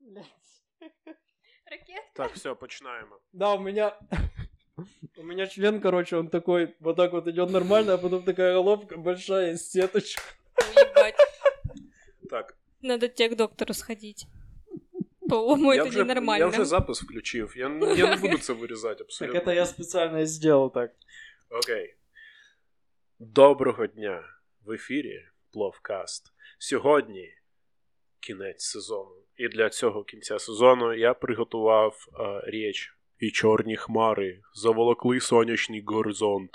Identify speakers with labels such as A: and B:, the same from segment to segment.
A: Блядь.
B: Ракет.
C: Так, все, починаємо.
A: Да, у меня... У меня член, короче, он такой, вот так вот идет нормально, а потом такая головка большая, сеточка.
B: Уебать.
C: Так,
B: Надо тебе к доктору сходить. По-моему,
C: я
B: это
C: вже,
B: ненормально.
C: я вже запис включив. Я, н- я не буду це вирізати
A: Так
C: абсолютно.
A: это я специально и сделал так.
C: Окей. Доброго дня! В ефірі Пловкаст. Сьогодні кінець сезону. І для цього кінця сезону я приготував е, річ. І чорні хмари заволокли сонячний горизонт,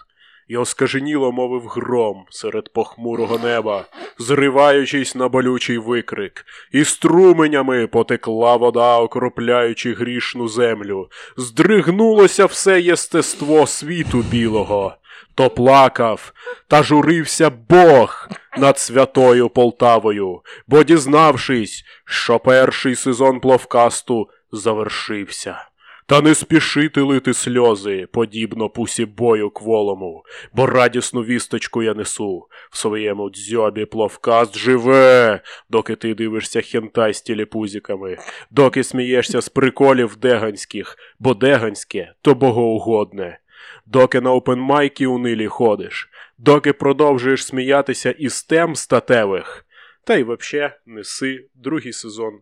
C: і оскаженіло мовив гром серед похмурого неба, зриваючись на болючий викрик, і струменями потекла вода, окропляючи грішну землю, здригнулося все єстество світу білого, то плакав та журився Бог над святою Полтавою, бо дізнавшись, що перший сезон пловкасту завершився. Та не спішити лити сльози, подібно пусі бою кволому, бо радісну вісточку я несу. В своєму дзьобі пловкаст живе, доки ти дивишся хентай з тіліпузіками, доки смієшся з приколів деганських, бо деганське то богоугодне. Доки на опенмайки у нилі ходиш, доки продовжуєш сміятися із тем статевих, та й вообще неси, другий сезон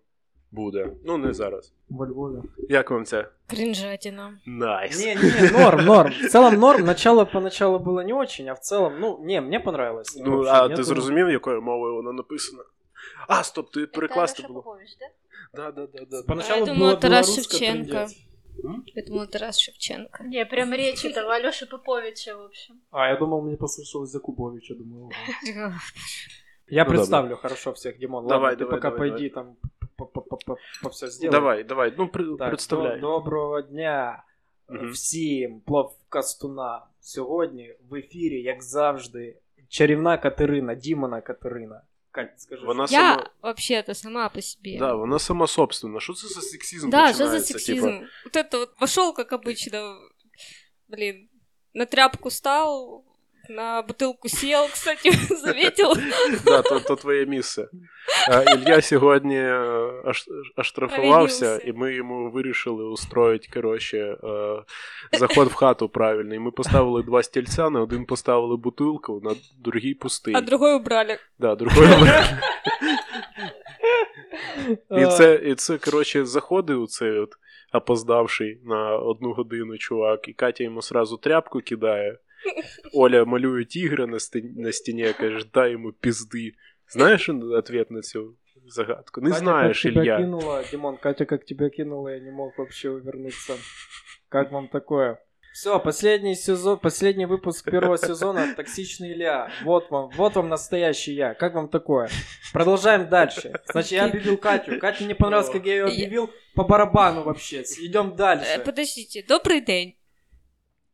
C: буде. Ну, не зараз.
A: Во Львове.
C: Як вам це?
B: Кринжатина.
C: Найс.
A: Не, не, норм, норм. В целом норм. Начало поначалу было не очень, а в целом, ну, не, мне понравилось. В
C: Ну,
A: общем,
C: а
A: я
C: ти
A: думаю-
C: зрозумів, якою мовою воно написано? А, стоп, ти перекласти було. Да, да, да, да.
A: Поначалу
B: А Я думала,
A: было
B: Тарас
A: белорусское,
B: Шевченко.
A: пиздец. М?
B: Я думала, Тарас Шевченко.
D: Не, прям речь этого Алёши Поповича, в общем.
A: А, я думал, мне послышалось Закубович, я думаю. ого.
C: Ну,
A: Я
C: ладно.
A: представлю хорошо всех, Димон.
C: Давай,
A: Ладно, ты
C: давай,
A: пока
C: давай,
A: пойди там по все сделай.
C: Давай, давай, ну при-
A: Так,
C: представляй.
A: до- доброго дня
C: Мгм.
A: всім пловкастунам. Сьогодні в ефірі, як завжди, чарівна Катерина, Дімона Катерина. Кать, скажи.
C: Вона
B: Я
C: сама.
B: вообще-то сама по себе.
C: Да, вона сама собственна. Що це за сексізм?
B: Да, что за
C: починається, типу?
B: сексизм?
C: типа?
B: Вот это вот вошел, как обычно, блин, на тряпку стал, на бутылку сел, кстати, заметил.
C: Да, то, то твоє місце. А, Ілья сьогодні е, аш- оштрафувався,
B: Провінився.
C: і ми йому вирішили устроїти, коротше, е, заход в хату правильний. Ми поставили два стільця, на один поставили бутилку, на другий пустий.
B: А другой убрали.
C: Да, другой обрали. І
A: А,
C: це, і це, коротше, заходив у цей от опоздавший на одну годину чувак, і Катя йому сразу тряпку кидає. Оля малює тігра на стіні, на стіні а каже, дай йому пізди. Знаєш ответ на цю загадку? Не
A: Катя,
C: знаєш,
A: как тебя
C: Ілья.
A: кинула, Димон, Катя, как тебя кинула, я не мог вообще увернуться. Как вам такое? Все, последний сезон, последний выпуск первого сезона «Токсичный Илья». Вот вам, вот вам настоящий я. Как вам такое? Продолжаем дальше. Значит, я объявил Катю. Катя не понравилось, как я ее объявил. По барабану вообще. Идем
B: Э,
A: дальше.
B: Подождите, добрый день.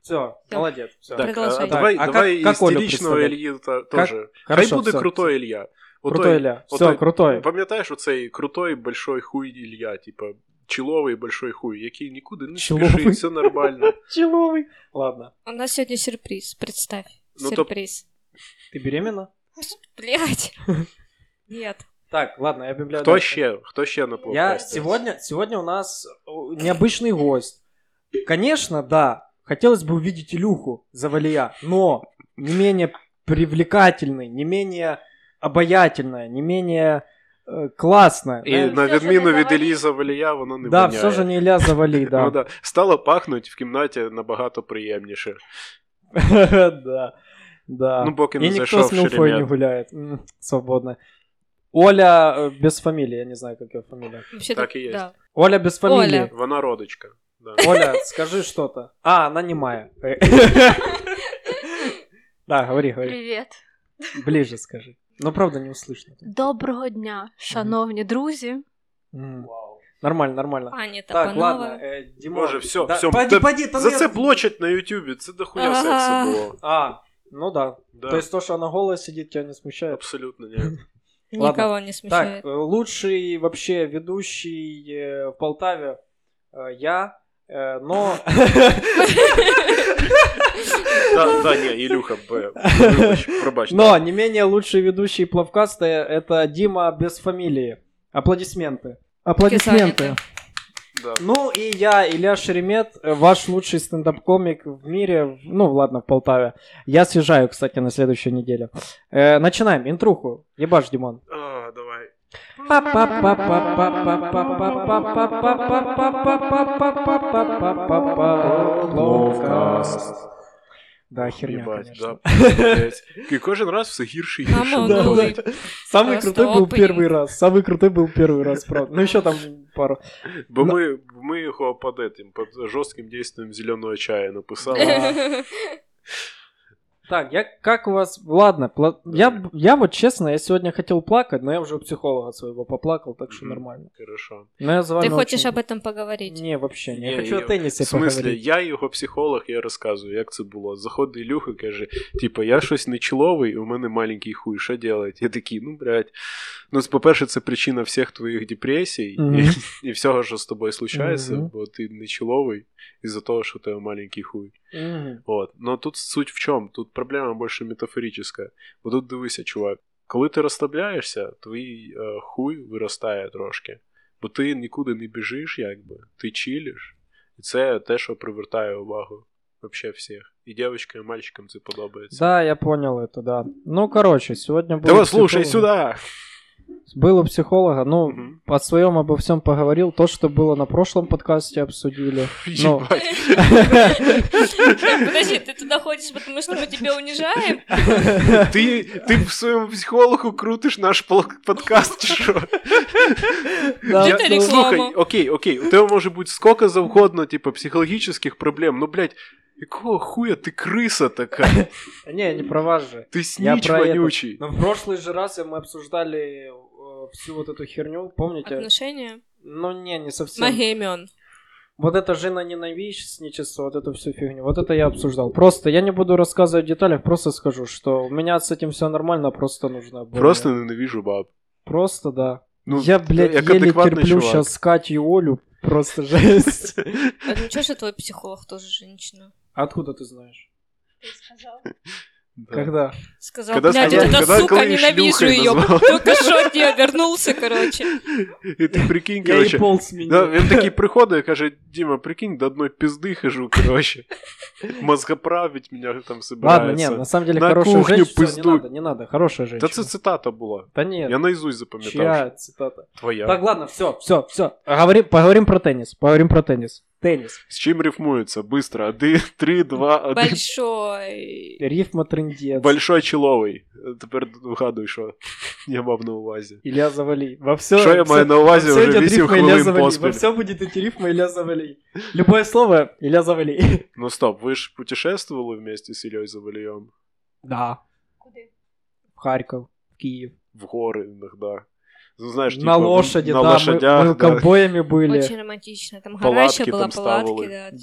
A: Все,
B: Всё.
A: молодец. Всё.
C: Так, а
B: Продолжай.
C: давай,
A: Так, а
C: давай
A: как- как Олю
C: істеричного
A: представляти?
C: Ілью та, теж. Хай
A: Хорошо,
C: буде
A: всё.
C: крутой Ілья. Отой-
A: Крутой Илья.
C: вот
A: Все,
C: той-
A: крутой.
C: Пам'ятаєш оцей крутой большой хуй Ілья, типа чоловий большой хуй, який нікуди не
A: Чоловий.
C: спішить, все нормально.
A: Человый. Ладно.
B: У нас сегодня сюрприз, представь.
C: Ну, то-
B: сюрприз.
A: Ты беременна?
B: Блять. Нет.
A: Так, ладно, я объявляю.
C: Хто
A: дальше.
C: ще? Хто ще на
A: Я
C: подкасті?
A: сегодня, сегодня у нас о, необычный гость. Конечно, да, хотелось бы увидеть Илюху Завалия, но не менее привлекательный, не менее обаятельная, не менее э, классная.
C: І
A: Э,
C: на
D: все ж не
C: відміну від
D: завалі.
C: Ілії Завалія, воно не
A: да,
C: воняє.
A: все же не Илья Завали,
C: Ну,
A: да.
C: да. Стало пахнуть в кімнаті набагато приємніше.
A: Да, да.
C: Ну, поки
A: И
C: не
A: никто
C: зайшов
A: с Милфой не
C: Шеремет.
A: гуляет. М, Свободно. Оля э, без фамилии, я не знаю, как ее фамилия.
B: Вообще
C: Так и есть.
B: Да.
A: Оля без фамилии.
C: Вона родичка. Да.
A: Оля, скажи что-то. А, она не моя. Да, говори, говори.
D: Привіт.
A: Ближе скажи. Ну, правда, не услышно.
D: Доброго дня, шановні друзі.
A: М. Нормально, нормально.
B: Аня
A: Так, ладно,
B: Тапанова.
A: э, Димон.
C: Боже, все,
A: Да,
C: все.
A: Поди, поди, там
C: За
A: я-
C: це блочать на Ютубі, це дохуя
B: Ага.
C: сексу було.
A: А, ну да.
C: Да.
A: То есть то, что она голая сидит, тебя не смущает?
C: Абсолютно ні.
B: Никого не смущает.
A: Так, э, лучший вообще ведущий э, в Полтаве э, я, э, но...
C: Да, да, ні, Ілюха, Б. Вибач, пробач.
A: Но не менее лучший ведущий плавкаста это Дима без фамилии. Аплодисменты. Аплодисменты.
C: Да.
A: Ну и я, Илья Шеремет, э, ваш лучший стендап-комик в мире, в- ну ладно, в Полтаве. Я съезжаю, кстати, на следующей неделе. Э, начинаем, интруху. Ебаш, Димон.
C: А, давай.
A: Да, херня,
C: Єбать,
A: конечно. А
C: да. блядь. І кожен раз все гірше і гірше.
B: Мама,
A: Да,
B: ну
A: да.
B: и
A: Самый
B: Просто
A: крутой был
B: opening.
A: первый раз. Самый крутой был первый раз, правда. Ну еще там пару.
C: Бо ми, ми його під этим, під жорстким дійством зеленого чая написали.
A: Так, я как у вас... Ладно, пла- я, б- я вот честно, я сегодня хотел плакать, но я уже у психолога своего поплакал, так что
C: Мгм.
A: нормально.
C: Хорошо.
A: Но я за вами
B: Ты хочешь
C: ну,
A: очень-
B: об этом поговорить?
A: Не, вообще, не. Я
C: Не,
A: хочу
C: я-
A: о теннисе
C: В смислі,
A: поговорить.
C: я його психолог, я розказую, як це було. Заходить Ілюха, каже: типа, я щось не чоловий, у мене маленький хуй, що делать? Я такий, ну блядь. Ну, по-перше, це причина всіх твоїх депресій
A: Мгм.
C: і, і всього, що з тобою случається,
A: Мгм.
C: бо ти не чоловий із-за того, що у тебе маленький хуй.
A: Мгм.
C: От. Но тут суть в чому? Тут проблема більше метафорична. Бо тут дивися, чувак, коли ти розслабляєшся, твій е, хуй виростає трошки. Бо ти нікуди не біжиш, якби, ти чилиш. І це те, що привертає увагу вообще всіх. І дівчинкам, і мальчикам це подобається.
A: Да, я понял это, да. Ну, короче, сегодня был...
C: Давай,
A: у
C: слушай
A: психолога.
C: сюда!
A: Был у психолога, ну,
C: Мгм.
A: о своем обо всем поговорил. То, что было на прошлом подкасте, обсудили. Ну,
C: Ебать.
B: Так, Подожди, ты туда ходишь, потому что мы тебя унижаем?
C: Ти, ти в своєму психологу крутиш наш пол- подкаст, чи що?
A: Да,
B: Це реклама.
C: ну, Слухай, окей, окей, у тебе може бути скільки завгодно, типу, психологічних проблем, ну, блядь, якого хуя ти криса така?
A: не, не про вас же.
C: Ти сніч
A: про это.
C: вонючий.
A: Но Ну, в прошлый же раз мы обсуждали э, всю вот эту херню, помните?
B: Отношения?
A: Ну, не, не совсем.
B: Магия имен.
A: Вот это женоненавистничество, вот эту всю фигню, вот это я обсуждал. Просто я не буду рассказывать в деталях, просто скажу, что у меня с этим все нормально, просто нужно было.
C: Просто ненавижу баб.
A: Просто, да.
C: Ну,
A: я, блядь,
C: як
A: еле
C: адекватний
A: терплю
C: чувак.
A: сейчас Катю и Олю, просто жесть.
B: А ничего, что твой психолог тоже женщина.
A: Откуда ты знаешь?
C: Да.
A: Когда?
B: Сказал,
C: Когда
B: блядь,
A: сказал-
B: эта
C: когда
B: сука,
C: Клей
B: ненавижу
C: шлюхой
B: ее.
C: назвал.
B: Только что от нее вернулся, короче.
C: І ти прикинь,
A: Я и
C: короче.
A: пол
C: Да,
A: сменил.
C: він такий приходить і каже: Діма, прикинь, до одної пізди хожу, короче. Мозгоправить мене
A: Ладно,
C: там
A: нет, на
C: собирається.
A: самом деле
C: На
A: хорошая
C: кухню
A: женщина. всё, Не
C: пиздуй.
A: надо, не надо, хорошая
C: Та
A: женщина.
C: це цитата була.
A: Да нет,
C: Я наизусть запам'ятав.
A: чья
C: що
A: цитата?
C: Твоя.
A: Так, ладно, все, все, все. А Поговорим про теннис, поговорим про теннис. Теннис.
C: З чим рифмується? Быстро. Один, три, два, один.
B: Большой.
A: Рифма трындец.
C: Большой чоловий. Тепер вгадуй, що я мав на увазі.
A: Ілля завали. Во все,
C: що я маю на увазі вже 8
A: Ілля
C: хвилин
A: завали. Во
C: поспіль.
A: все будет идти рифма Ілля завали. Любое слово Ілля завали.
C: Ну стоп, ви ж путешествували вместе з Ільою Завалієм?
A: Да.
D: Куди?
A: В Харьков, в Киев.
C: В гори іноді. Ну, знаєш,
A: на лошади,
C: на
A: да.
C: лошадях,
A: мы, мы
C: да.
A: ковбоями были.
B: Очень романтично. Там гора
C: Палатки
B: еще была,
C: там ставили.
B: палатки, да. типа.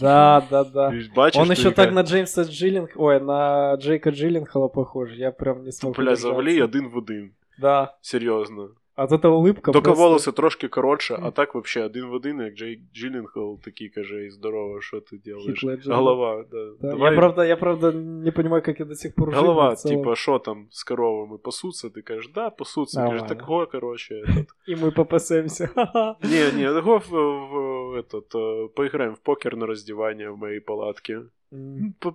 A: Да, да, да.
C: І Бачиш,
A: Он
C: ти
A: еще
C: яка-
A: так на Джеймса Джиллинг... Ой, на Джейка Джилленхала похож. Я прям не смог
C: Бля,
A: удержаться.
C: завалі один в один.
A: Да.
C: Серйозно.
A: А тут эта улыбка
C: Тільки
A: просто...
C: волоси трошки коротше, а так взагалі один в один, як Джейк Джилінхол такий каже, і здорово, що ти робиш.
A: Леджер.
C: Голова, да.
A: Да,
C: Давай
A: Я, правда, я, правда, не понимаю, как я до сих пор жив, но
C: Голова,
A: в целом.
C: типа, що там з коровами пасуться? Ти кажеш, да, пасуться. Каже,
A: Нормально.
C: так го, короче, этот.
A: И мы попасемся. Ха-ха.
C: Ні, ні, го в, в этот, е, поіграємо в покер на роздівання в моїй палатки.
A: М.
C: По-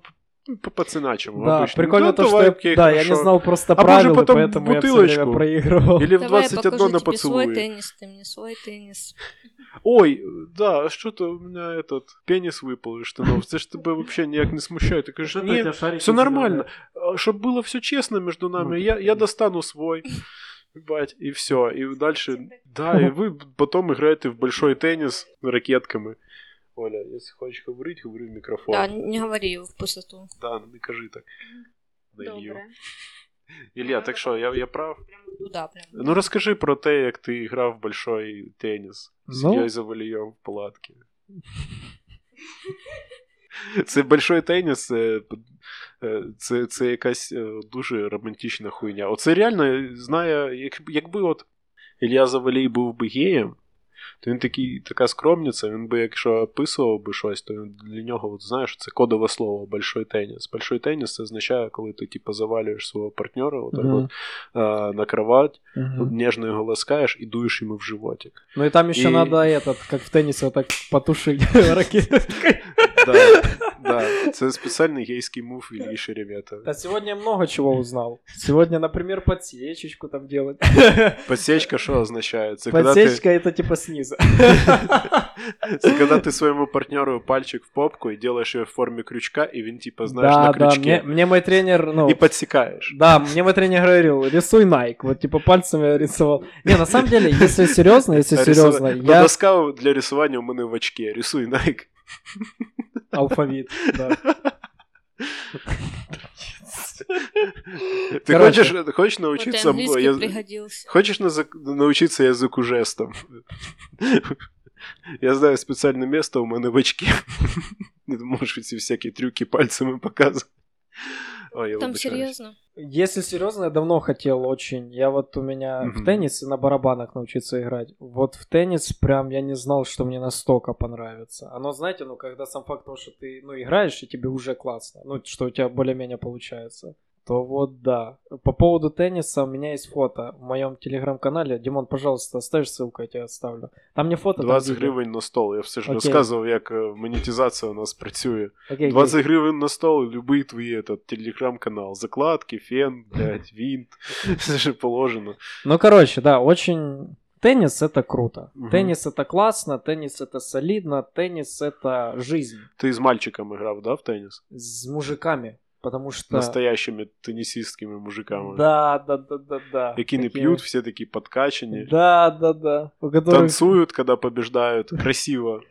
C: По пацаначому.
A: Да,
C: обычно.
A: прикольно
C: «Да,
A: то, что
C: давай,
A: я,
C: окей,
A: да, я
C: хорошо».
A: не знал просто
C: А позже
A: правила, и
C: потом
A: поэтому я все время
C: бутылочку.
A: проигрывал.
C: Или в
B: Давай, я
C: 21
B: покажу
C: на
B: тебе свой
C: поцелуй.
B: теннис, ты мне свой теннис.
C: Ой, да, а что-то у меня этот пенис выпал из штанов. Це ж тебе вообще ніяк не смущає. Ти кажеш, ні, все нормально. А, Щоб було все чесно між нами, я, я достану свой. Бать, і все. І далі. Да, і ви потім граєте в большой теніс ракетками. Оля, якщо хочеш говорити, говори в мікрофон.
B: Да, не говори в пустоту.
C: Да, не кажи так. На Ілью.
D: Добре.
C: Ілля, так що, я, я прав?
B: Туда прям.
C: Ну розкажи про те, як ти грав в большой теніс з
A: Ну?
C: Ільєю Завалієм в палатці. Це большой теніс, це, е, це, це якась е, дуже романтична хуйня. Оце реально знає, як, якби от Ілья Завалій був би геєм, То він такий, така скромниця, він би, якщо описував би щось, то він- для нього, от, знаєш, це кодове слово большой теніс. Большой теніс це означає, коли ти типу, завалюєш свого партнера отак
A: Мгм.
C: от, а, на кровать,
A: Мгм.
C: нежно його ласкаєш і дуєш йому в животик.
A: Ну и там еще
C: И-
A: надо этот, как в теннисе, вот так потушить ракеткой.
C: Да, да. Це спеціальний гейський мув Ільї Шеремета.
A: Да сегодня я много чего узнал. Сегодня, например, подсечечку там делать.
C: Подсечка що означає? Це коли ти,
A: Подсечка это типа снизу.
C: це коли ти своєму партнеру пальчик в попку і робиш його в формі крючка, і він, типу, знаєш,
A: Да,
C: на
A: да,
C: крючке.
A: мне, мне мой тренер, ну,
C: І підсікаєш.
A: да, мне мой тренер говорил, рисуй Nike, вот типа пальцами я рисовал. Не, на самом деле, если серьезно, если серьезно,
C: Рисува- Ну,
A: я
C: доска для рисування у мене в очке. Рисуй Nike.
A: алфавит, да.
C: Ти
A: Короче.
C: хочеш, хочеш
B: Вот и
C: навчитися
B: английский
C: я-
B: пригодился.
C: Хочеш назак- навчитися язику жестом? Я знаю спеціальне місце у мене в очки. Не можеш ці всякі трюки пальцами показувати. Ой, А, я
B: Там
C: вибачаюсь.
B: серьезно?
A: Если серьезно, я давно хотел очень. Я вот у меня
C: Мгм.
A: в теннис и на барабанах научиться играть. Вот в теннис прям я не знал, что мне настолько понравится. Оно, знаете, ну когда сам факт того, что ты ну, играешь, и тебе уже классно, ну что у тебя более-менее получается, то вот да. По поводу тенниса у меня есть фото в моем телеграм-канале. Димон, пожалуйста, оставишь ссылку, я тебе оставлю. Там не фото, там
C: 20
A: видео.
C: гривень на стол. Я все ж
A: Окей.
C: розказував, як е, монетизація у нас працює.
A: Окей, окей.
C: 20 гривень на стол, любий твій этот, телеграм-канал. Закладки, фен, блядь, винт. Це ж положено.
A: Ну, короче, да, очень... Теннис это круто.
C: Мгм.
A: Теннис это классно, теннис это солидно, теннис это жизнь.
C: Ти з мальчиками грав, да, в теніс?
A: с мужиками, потому что...
C: Настоящими тенісістськими мужиками.
A: Да, да, да, да, да.
C: Які не
A: Такие-
C: п'ють, всі такі подкачані.
A: Да, да, да. У которых...
C: Танцують, коли побіждають, красиво.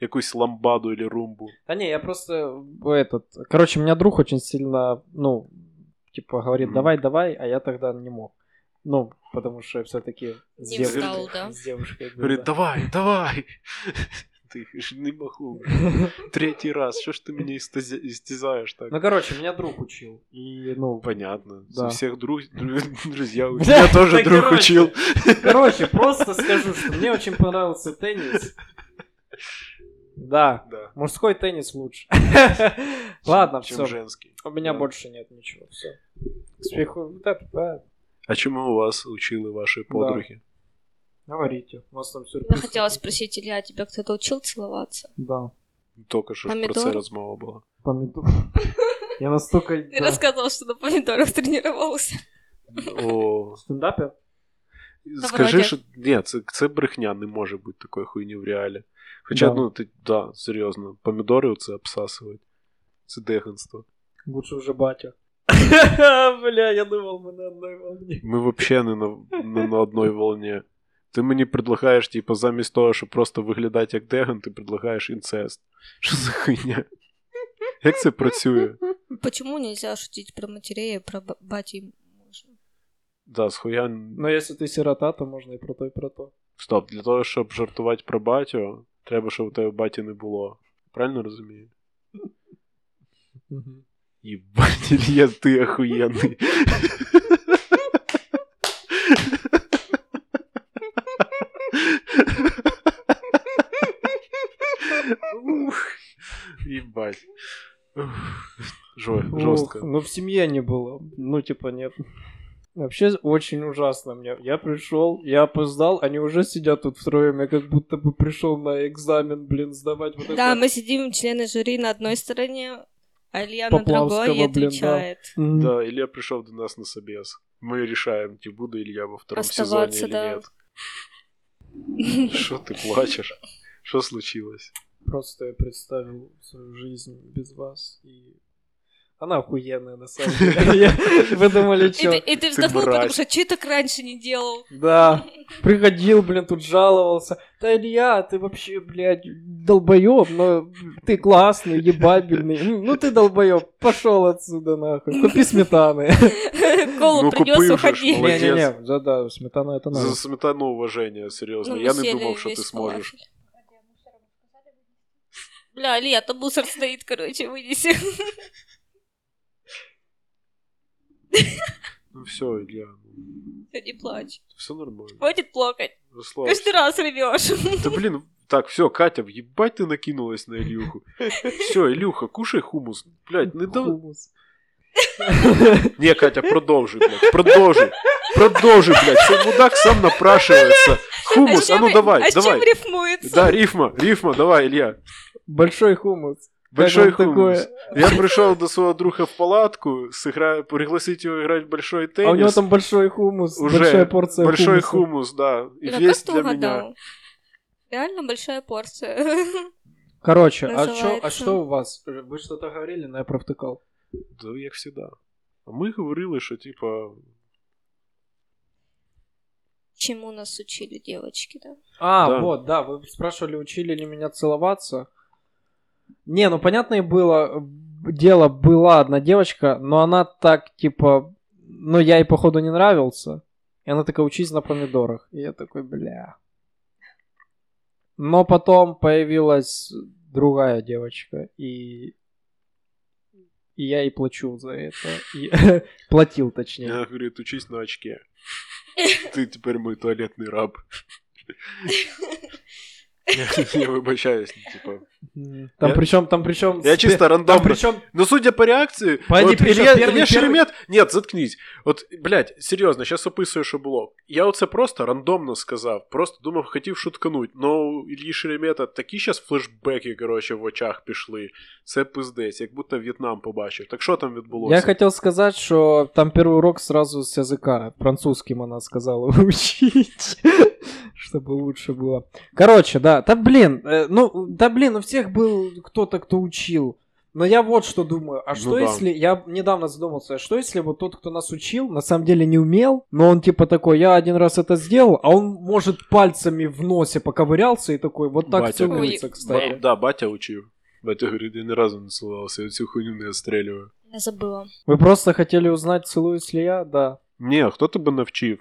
C: Якусь ламбаду или румбу.
A: Да не, я просто э, этот... Короче, у меня друг очень сильно, ну, типа говорит,
C: Мгм.
A: давай, давай, а я тогда не мог. Ну, потому что все-таки с,
B: Не
A: девушкой-
B: встал, да.
A: с девушкой. был,
C: Говорить,
A: Ну да.
C: давай, давай. Ти ж не могу. Третій раз, що ж ти мене істязя- істязаєш так?
A: Ну, короче, меня друг учил. И, ну,
C: Понятно.
A: Да.
C: У всех друг, дру- друзья. У
A: Бля,
C: меня тоже
A: так
C: друг
A: короче.
C: учил.
A: короче, просто скажу, что мне очень понравился теннис. Да,
C: Да.
A: мужской теннис лучше. Ладно,
C: Чем
A: все.
C: женский.
A: У меня
C: Да.
A: больше нет ничего. Все. Успеху. Да, да.
C: А чему у вас учили ваши подруги?
A: Говорите. У вас там
B: Я
A: сюрприз.
B: хотела спросить, Илья, а тебя кто-то учил целоваться?
A: Да.
C: Только что ж про
B: Помидор?
C: це розмова була.
A: Помидор. Я настолько...
B: Ты
A: да.
B: рассказывал, что на помидорах тренировался.
C: О,
A: В стендапе?
C: скажи,
B: вроде.
C: що ні, це, це брехня, не може бути такої хуйні в реалі. Хоча,
A: Да.
C: ну ти да, серйозно, помідори оце обсасують. Це дегенство.
A: Лучше уже батя. Бля, я думал, мы на одной волне.
C: Ми взагалі не на, не на одній волні. Ти мені предлагаєш, типу, замість того, щоб просто виглядати як деган, ти предлагаєш інцест. Що за хуйня? Як це працює?
B: Почему нельзя шутить про матерей и про ба- батей? мужа?
C: Да, схуя
A: Но если ты сирота, то можно и про то, и про то.
C: Стоп, для того, щоб жартувати про батю, треба, щоб у тебе баті не було. Правильно розумію?
A: Мгм.
C: Єбать, Ілья, ти охуєнний. Ух, Єбать. Ух, жо-
A: Ух,
C: Жорстко.
A: ну в семье не было. Ну, типа, нет. Вообще очень ужасно мне. Я пришел, я опоздал, они уже сидят тут втроем. Я как будто бы пришел на экзамен, блин, сдавать вот
B: Да, ну,
A: это.
B: мы сидим, члены жюри на одной стороне, а Илья на
A: Поплавского,
B: другой и
A: блин, да.
B: отвечает.
A: Мгм.
C: Да, Илья прийшов до нас на собес. Ми рішаємо, чи буде Ілья во второму сезоні
B: Оставаться,
C: чи
B: да.
C: ні. Що ти плачеш? Що случилось?
A: Просто я представил свою жизнь без вас, и она охуенная, на самом деле. Я- Вы думали,
B: И ты,
A: что?
B: и ты вздохнул,
C: мразь.
B: потому что что так раньше не делал?
A: Да, приходил, блин, тут жаловался. Да, Илья, ты вообще, блядь, долбоеб, но ты классный, ебабельный. М, Ну ты долбоеб, пошел отсюда нахуй, купи сметаны.
B: Колу
C: Ну,
B: принес,
C: купил же ж, ну,
B: уходи.
C: Молодец.
A: Не-не-не, да-да, сметана это надо.
C: За сметану уваження, серйозно.
B: Ну,
C: Я
B: мы
C: не
B: съели
C: думав, що
B: весь
C: ти зможеш.
B: фалафель. Бля, Илья, там мусор стоит, короче, вынеси.
C: Ну все, Ілля, ну,
B: Не плачь.
C: все нормально.
B: Хватит плакать.
C: Руслан.
B: Каждый раз ревешь.
C: Да блин, так, все, Катя, ебать ты накинулась на Ильюху. Все, Ілюха, кушай хумус. Блядь, не да...
A: Хумус.
C: Не, Катя, продовжуй, блядь, продовжуй. Продовжуй, блядь, цей мудак сам напрашивается. Хумус, а ну давай,
B: А с чем
C: давай.
B: рифмуется?
C: Да, рифма, рифма, давай, Илья.
A: Большой хумус.
C: Большой
A: Как вам
C: хумус.
A: такое?
C: Я пришел до своего друга в палатку, сыгра... пригласить его играть в большой
A: А у него
C: теннис.
A: там большой хумус,
C: Уже
A: большая порция
C: большой
A: хумуса.
C: хумус, да. И
B: Бля,
C: весь
B: как ты
C: для
B: угадал?
C: меня.
B: Реально большая порция.
A: Короче, а что, а
B: Называется.
A: что у вас? Вы что-то говорили, но я провтыкал.
C: Да, як всегда. А ми говорили, що типа.
B: Чему нас учили девочки, да?
A: А,
C: Да.
A: вот, да, вы спрашивали, учили ли меня целоваться. Не, ну понятное было, б- дело была одна девочка, но она так, типа, ну я ей, походу, не нравился. И она такая, учись на помидорах. И я такой, бля. Но потом появилась другая девочка, и, и я ей плачу за это. И... Платил, точнее.
C: Я говорю, учись на очке. Ти тепер мій туалетний раб. Я, я вибачаюсь, ну, типа.
A: Мгм. Там
C: Я-
A: причем, Ну, там причем...
C: Я чисто рандомно.
A: причем
C: Ну, судя по реакции,
A: Погоди,
C: от
A: при чём
C: Илья,
A: первый-
C: Илья
A: первый-
C: Шеремет... Нет, заткнись. От, блядь, серйозно, зараз описую, що було. Я оце просто рандомно сказав, просто думав, хотів шуткануть. Но у Ільї Шеремета такі зараз флешбеки, коротше, в очах пішли. Це пиздець, як будто В'єтнам побачив. Так що там відбулося?
A: Я хотел сказать, что там первый урок сразу с языка. Французским она сказала учить, чтобы лучше было. Короче, да, да блин, э, ну, да блин, у всех был кто-то, кто учил. Но я вот что думаю, а
C: Ну
A: что
C: да.
A: если, я недавно задумался, а что если вот тот, кто нас учил, на самом деле не умел, но он типа такой, я один раз это сделал, а он, может, пальцами в носе поковырялся и такой, вот так
C: Батя.
A: все
B: Ой.
A: умеется,
C: Ба-
A: кстати.
C: да, батя учив. Батя говорить, я ні разу не цілувався, я цю хуйню не відстрілюю.
B: Я забыла.
A: Вы просто хотели узнать, целуюсь ли я? Да.
C: Ні, хто тебе навчив?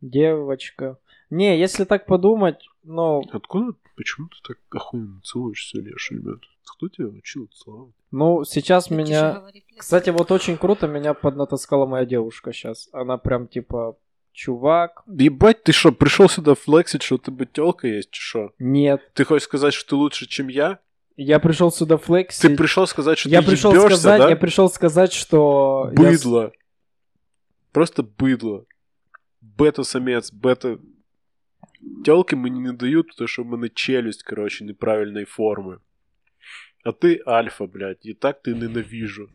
A: Девочка. Не, если так подумать, ну,
C: Откуда? Почему ты так охуенно цілуєшся, Илья Шеремет? Хто тебе вчив цілувати?
A: ну сейчас
B: Ты тише
A: меня...
B: говори, блядь.
A: Кстати, вот очень круто меня поднатаскала моя девушка сейчас. Она прям типа, чувак,
C: Ебать, ты что, пришел сюда флексить, что у тебя телка есть, что?
A: нет.
C: Ты хочешь сказать, что ты лучше, чем я?
A: Я пришел сюда флексить.
C: Ты пришел сказать, что
A: я
C: ты
A: пришел
C: ебешься,
A: сказать,
C: да?
A: я пришел сказать, что... я с-
C: Быдло. Просто быдло. Бета-самец, бета... Телки мне не дают, потому что у меня челюсть, короче, неправильной формы. А ты альфа, блядь, и так ты ненавижу.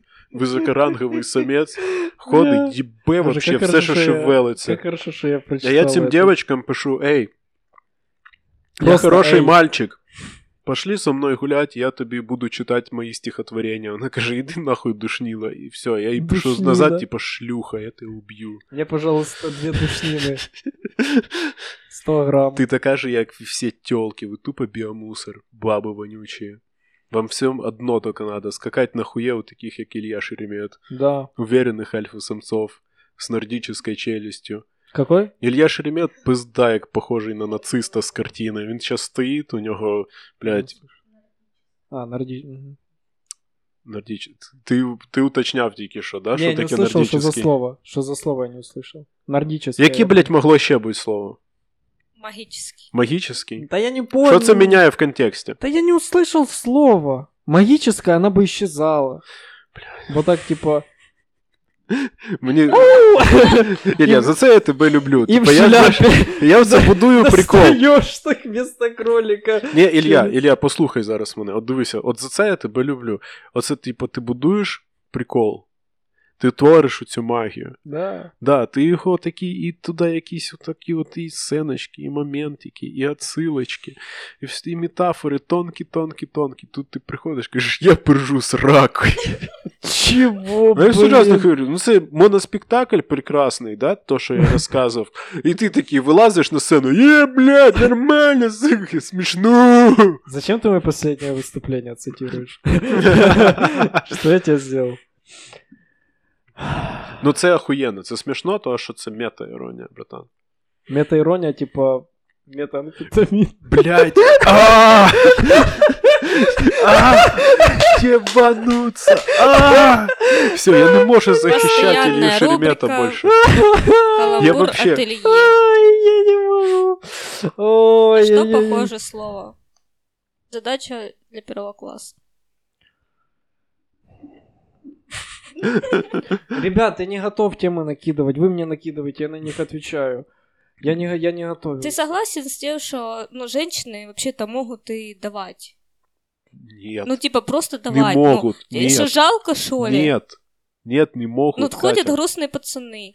C: Высокоранговый самец,
A: Бля.
C: ходы, ебе
A: Боже,
C: вообще,
A: как
C: все,
A: хорошо,
C: что
A: что я-
C: шевелится.
A: Как хорошо, что я
C: А
A: прочитал
C: я этим
A: это.
C: девочкам пишу, эй, я
A: Просто,
C: хороший
A: эй,
C: мальчик. Пошли со мной гулять, я тобі буду читать мої стихотворення. Вона каже, іди нахуй душніла, і все, я їй пишу
A: Душніла.
C: назад, типа шлюха, я тебе уб'ю.
A: Мне, пожалуйста, две душнины. 100 грамм.
C: Ти така же, як і всі тёлки, ви тупо біомусор, баби вонючі. Вам всем одно только надо, скакать нахуя у таких, як Илья Шеремет,
A: Да.
C: уверенных альфа-самцов, с нордической челюстью.
A: Какой?
C: Ілья Шеремет пизда, як похожий на нациста з картини. Він зараз стоїть, у нього, блядь,
A: А, нарди... мгм.
C: нордіч... Ти, ти уточняв тільки що, да?
A: не,
C: що
A: не
C: таке
A: услышал, что за
C: нордічний?
A: слово. Что за слово я не услышал. Нордическое.
C: Яке, блядь, могло ще бути слово?
B: Магический.
C: Магічний?
A: Да я не понял.
C: Що це міняє в контексті?
A: Да я не услышал слова. Магическая, она бы исчезала. Вот так, типа...
C: Мені.
A: «Ау!»
C: Ілля, за це я тебе люблю.
A: И ну. в
C: Типа, я, знаєш,
A: шляпе
C: я забудую прикол.
A: достаешь так вместо кролика.
C: Ні, Ілля, Ілля, послухай зараз мене. От дивися, от за це я тебе люблю. Оце, типу, ти будуєш прикол. Ти твориш оцю магію.
A: Да.
C: Да, ти його такі, і туди якісь отакі от і сценочки, і моментики, і отсилочки, і всі і метафори тонкі, тонкі, тонкі. Тут ти приходиш, кажеш, я пержу сраку.
A: Чего,
C: Ну, я серйозно
A: блин?
C: говорю, ну це моноспектакль прекрасний, да, то, що я розказував. І ти такий вилазиш на сцену, є, блядь, нормально, сука, смішно.
A: Зачем ты мое последнее выступление цитируешь? Что я тебе сделал?
C: Ну це охуєнно, це смішно, тому що це мета-іронія, братан.
A: Мета-ирония, типа... Метаамфетамин.
C: Блять. А! А! Ебануться. А! Все, я не можу захищати Ілью
B: Постоянная
C: Шеремета
B: рубрика.
C: більше.
B: Каламбур
C: вообще-
B: ателье.
A: я не могу. Ой,
B: Что
A: ой, ой, ой.
B: похоже слово? Задача для первого класса.
A: Ребята, не готов темы накидывать. Вы мне накидываете, я на них отвечаю. Я не, го- я не готов.
B: Ты согласен с тем, что ну, женщины вообще-то могут и давать?
C: Нет.
B: Ну, типа, просто
C: не
B: давать. ну.
C: могут.
B: Тебе что,
C: Нет.
B: жалко, что ли?
C: Нет. Нет, не могут.
B: Ну, вот ходят
C: Катя.
B: грустные пацаны.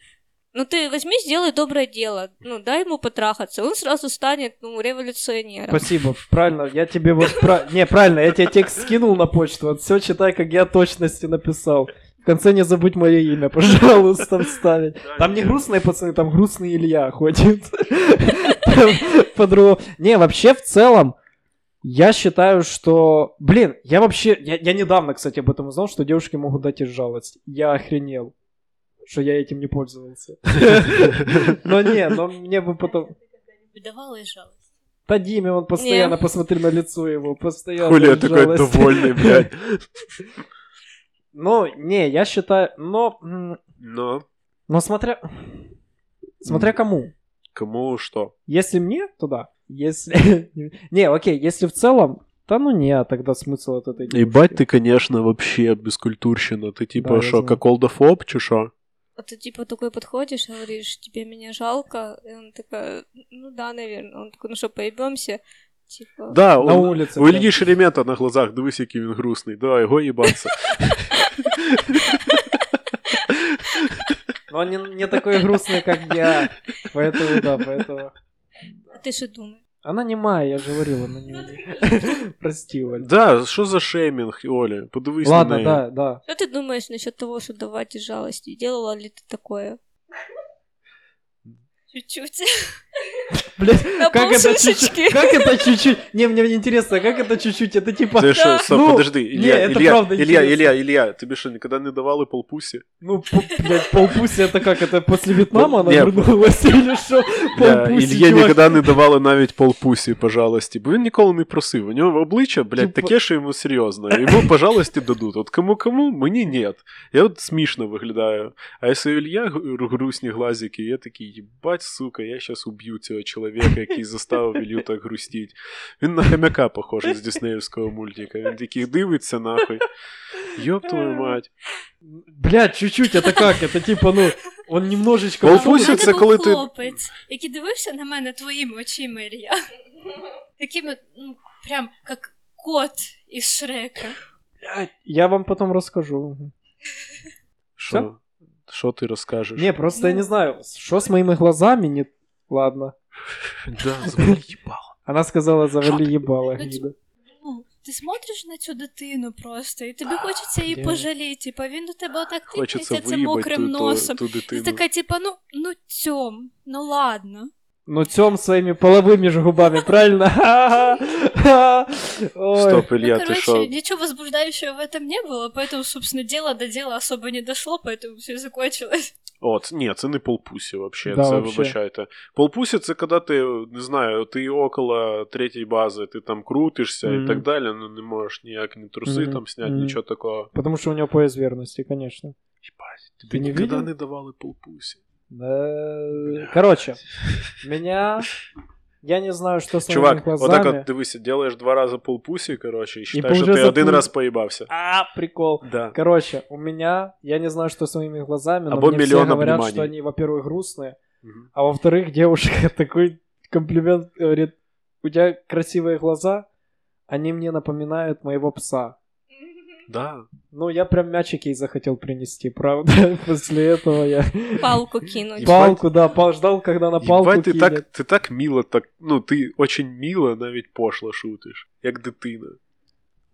B: Ну, ты возьми, сделай доброе дело. Ну, дай ему потрахаться. Он сразу станет, ну, революционером.
A: Спасибо, правильно, я тебе вот... пра- Не, правильно, я тебе текст скинул на почту, вот все читай, как я точности написал. В конце не забудь мое имя, пожалуйста, вставить. Там не грустные пацаны, там грустный Илья ходит. Там по-другому. Не, вообще в целом, я считаю, что... Блин, я вообще... Я, я недавно, кстати, об этом узнал, что девушки могут дать из жалости. Я охренел, что я этим не пользовался. Но не, но мне бы потом...
D: Давала и жалость.
A: Да Диме, он постоянно,
B: Не.
A: посмотри на лицо его, постоянно
C: Хули я такой
A: жалость.
C: довольный, блядь.
A: Ну, не, я считаю, но... м,
C: Но
A: Но смотря... Смотря кому.
C: кому что?
A: Если мне, то да. Если... Не, окей, если в целом, то ну не, а тогда смысл от этой
C: Ебать ты, конечно, вообще бескультурщина. Ты
A: Да, я
C: типа что,
A: знаю.
C: как олдофоб, чи шо?
B: А ты, типа, такой подходишь, говоришь, тебе меня жалко. И он такая, ну да, наверное. Он такой, ну что, поебемся? Типа...
C: Да,
A: На
C: он...
A: улице.
C: У
A: прям.
C: Ільї Шеремета на глазах, дивись, який він грустний. Давай, його їбаться.
A: Но он не, не такой грустный, как я. Поэтому, да, поэтому...
B: А ты что думаешь?
A: Она не моя, я же говорил, она не Прости, Валь.
C: Да, що за шеймінг, Оля? Подивись на
A: Ладно,
C: неї.
A: да, да.
B: Что ты думаешь насчет того, что давать из жалости? Делала ли ты такое? Чуть-чуть.
A: Блять,
B: На
A: как это чуть-чуть?
B: полшишечки.
A: Как это чуть-чуть? Не, мне интересно, как это чуть-чуть? Это типа...
C: Ти що, стоп,
A: Ну,
C: подожди, Ілля,
A: ні, це
C: Ілля,
A: правда
C: Ілля,
A: інтересно.
C: Ілля, Ілля, тобі що, ніколи не давали полпусі?
A: Ну, п- блядь, полпуси это как? Это после Вьетнама она
C: Не,
A: вернулась или что?
C: Бля,
A: Полпуси,
C: Ільє
A: чувак.
C: ніколи не давали навіть полпусі, пожалості, бо він ніколи не просив. ну У нього обличчя, блядь,
A: Типа-
C: таке, що йому серйозно. Йому пожалості дадуть. От кому кому, мені ні. Я от смішно виглядаю. А якщо Ілья гру- грустні глазики, я такий, їбать, сука, я щас уб'ю цього чоловіка, який заставив Ілью так грустіть. Він на хомяка похожий з диснеївського мультика. Він такий дивиться нахуй. Йоп твою мать.
A: Блядь, чуть-чуть, это как? Это типа, ну, он немножечко...
C: Полпуси
A: пошёл-
C: Це коли ти-
E: хлопець, який дивився на мене твоїми очима, Ілля. Такими, ну, прям як кот із Шрека.
A: Блядь, Я вам потом расскажу.
C: Що? Що ти розкажеш?
A: Не, просто я не знаю, что с моими глазами не... Ладно.
C: Да, звали їбало.
A: Она сказала, завали
C: Шо?
A: ебало,
E: Ну,
A: гнида.
E: Ну, ти смотриш на цю дитину просто, і тобі хочеться її
A: Блін.
E: пожаліти, типа він до тебе отак
C: Хочеться
E: тикається цим
C: виїбать
E: мокрим
C: ту, ту,
E: носом.
C: ту
E: Ти
C: дитину.
E: така, типа, ну, ну цьом, ну ладно.
A: Ну, тем своими половыми же губами, правильно? Ха-ха-ха. Ой.
C: Стоп, Илья,
E: ну,
C: ты
E: короче,
C: что?
E: ничего возбуждающего в этом не было, поэтому, собственно, дело до дела особо не дошло, поэтому все закончилось.
C: От, ні, це не полпусі вообще,
A: Да,
C: це
A: вообще.
C: вибачайте. Полпусі це коли ти, не знаю, ти около третьої бази, ти там крутишся
A: Мгм.
C: і так далі, ну не можеш ніяк ні труси
A: Мгм,
C: там сняти,
A: мгм.
C: нічого такого.
A: Потому что у него пояс верности, конечно.
C: Єбать, тобі
A: Ти не
C: ніколи
A: видів?
C: не давали полпусі.
A: Да. Короче, меня... Я не знаю, что с моими
C: Чувак, отак
A: глазами.
C: от дивися, делаєш два рази полпусі, коротше, і считай,
A: бо
C: що
A: вже
C: ти один
A: запу-
C: раз поїбався.
A: А, прикол.
C: Да.
A: Короче, у меня, я не знаю, что с моими глазами, но
C: Або
A: мне все
C: миллион
A: говорят,
C: обниманий.
A: что они, во-первых, грустные,
C: Мгм.
A: а во-вторых, девушка такой комплимент говорит, у тебя красивые глаза, они мне напоминают моего пса.
C: Да.
A: Ну, я прям мячик ей захотел принести, правда, после этого я
B: Палку кинуть.
C: Ебать.
A: палку, да, пал- ждал, когда на палку
C: Єбать, ти
A: кинет.
C: так, ти так мило, так, ну ти очень мило, навіть пошло шутиш, як дитина.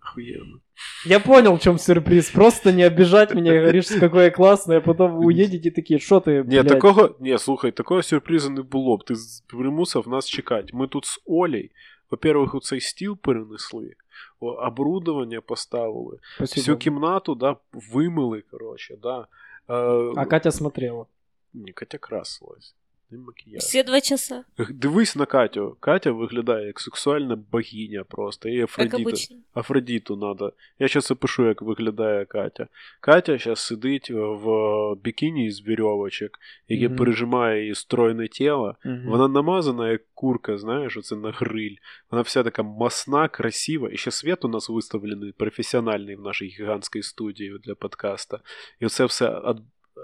C: Охуєнно.
A: Я понял, в чем сюрприз, просто не обижать меня, и говоришь, какое классное, а потом уедете такие, что ты,
C: Ні,
A: блядь?»
C: такого, ні, слухай, такого сюрпризу не було б. Ти з- примусив нас чекати. Ми тут з Олей, во-первых, у цей стіл перенесли, о, оборудовання поставили,
A: Спасибо.
C: всю кімнату, да, вимили, коротше, да. Е,
A: А Катя смотрела.
C: Ні, Катя красилась. ним макіяж.
B: Все два часа,
C: Дивись на Катю. Катя виглядає як сексуальна богиня просто. І
B: как
C: Афродіта.
B: обычно.
C: Афродіту надо. Я зараз опишу, як виглядає Катя. Катя зараз сидить в бікіні з вірьовочок, яке
A: Мгм.
C: пережимає її стройне тіло. Вона намазана, як курка, знаєш, оце на гриль. Вона вся така масна, красива. І ще світ у нас виставлений професіональний в нашій гігантській студії для подкаста. І це все ад-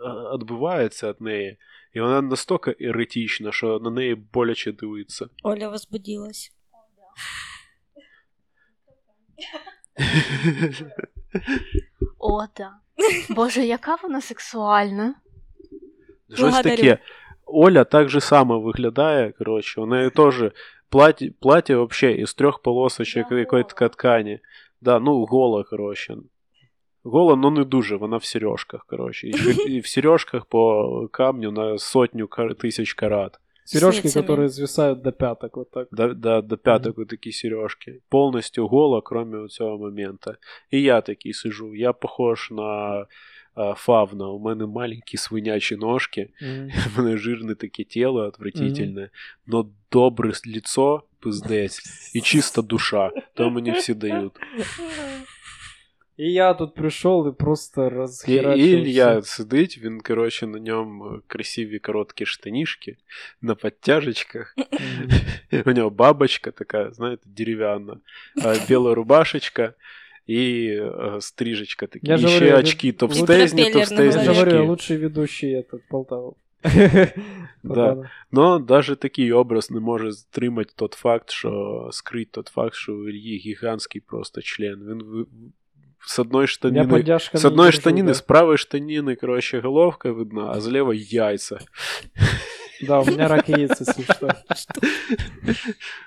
C: а- відбувається від неї. І вона настільки еретична, що на неї боляче дивиться.
B: Оля возбудилась.
F: О, так. Боже, яка вона сексуальна.
C: Щось
B: Благодарю.
C: таке. Оля так же само виглядає, коротше, у неї теж платі, платі вообще із трьох полосочок
D: Да,
C: якоїсь
D: гола.
C: ткані. Да, ну гола, коротше. Гола, ну не дуже, вона в сережках, коротше. І, ще- і в сережках по камню на сотню кар- тисяч карат.
A: Сережки,
B: С яйцами.
A: которые свисают до пяток, вот так.
C: До, до, до пяток mm такі сережки. Повністю гола, крім цього моменту. І я такий сижу. Я похож на е, фавна. У мене маленькі свинячі ножки. У мене жирне таке тіло отвратительне, но добре с- лицо, пиздець, і чиста душа, то мені всі дають.
A: И я тут пришел і просто
C: І,
A: розхерачив.
C: і Ілля сидить, він, коротше, на э, ньому красиві короткі штанішки на підтяжечках. У нього бабочка така, знаєте, дерев'яна, а, біла рубашечка і е, стрижечка такі.
A: Я
C: і
A: ж
C: ще
A: говорю,
C: очки, то
A: лу-
C: встезні,
B: пропеллер
C: то
B: на
A: Я
B: Без
A: же
B: голові.
A: говорю, я
C: встезнічки.
A: лучший ведущий этот Полтава.
C: Да. Но навіть такий образ не може стримати тот факт, що скрить тот факт, що у Ільї гігантський просто член. Він ви- з одної
A: Я
C: штаніни,
A: подяжка
C: з одної штаніни, з правої штаніни, коротше, головка видна, а зліва яйця.
A: Да, у меня рак яиц, если что.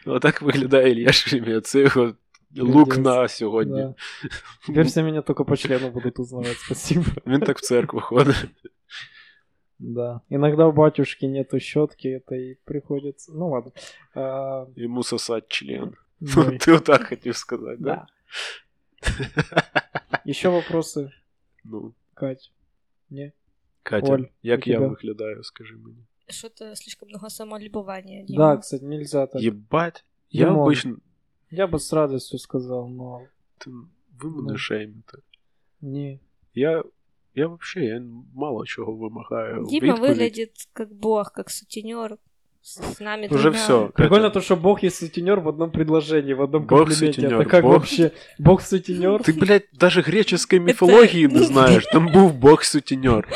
C: Отак виглядає Ілья Шимія. Це його лук
A: Пиздець.
C: на сьогодні.
A: Да. Теперь все меня только по члену будут узнавать, спасибо.
C: Він так в церкву ходить.
A: Да. Иногда у батюшки нету щетки, это и приходится. Ну ладно. А,
C: Йому сосать член.
A: ну и-
C: Ти отак хотів сказати, да?
A: Да. Еще вопросы,
C: Ну,
A: Кать?
C: Катя,
A: Оль,
C: як
A: у
C: я
A: тебе?
C: виглядаю, скажи мені.
B: Что-то слишком много самолюбования.
A: Да, кстати, нельзя так.
C: Єбать, я
A: Димон.
C: обично.
A: Я бы с радостью сказал, но
C: Ти- Ви
A: Ну.
C: мене шеймите.
A: не.
C: Я, я вообще я мало чого вимагаю. у
B: Дима
C: відповідь.
B: выглядит как бог, как сутенер. С нами
C: Уже
B: двумя.
C: все.
A: Прикольно то, что бог и сутенер в одном предложении, в одном
C: Бог
A: комплименте.
C: сутенёр,
A: это как
C: бог-
A: вообще? Бог сутенер?
C: Ти, блядь, даже греческой міфології не знаєш. Там був бог сутіньор.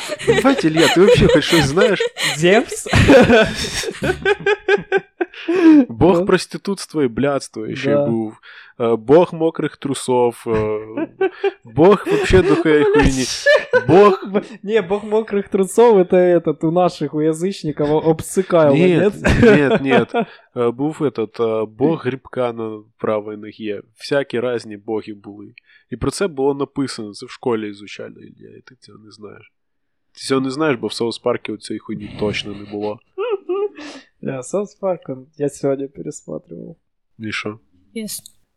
C: Бать, Ілья, ти вообще хоч щось знаєш?
A: Зевс?
C: Бог проститутства і блядства ще
A: Да.
C: був. Е, Бог мокрих трусов. е, Бог вообще духе хуйні. Бог.
A: Б- Не, бог мокрых трусов это этот у наших, у язычников а обсыкал,
C: Нет,
A: нет?
C: нет, нет. Е, Був этот е, бог грибка на правій ногі. Всякі різні боги були. І про це було написано. Це в школі ізучали, Ілля, і ти цього не знаєш. Ти цього не знаєш, бо в Саус Паркі у цій хуйні точно не було.
A: Да, Саус Парк, он- я сегодня пересматривал.
C: І що?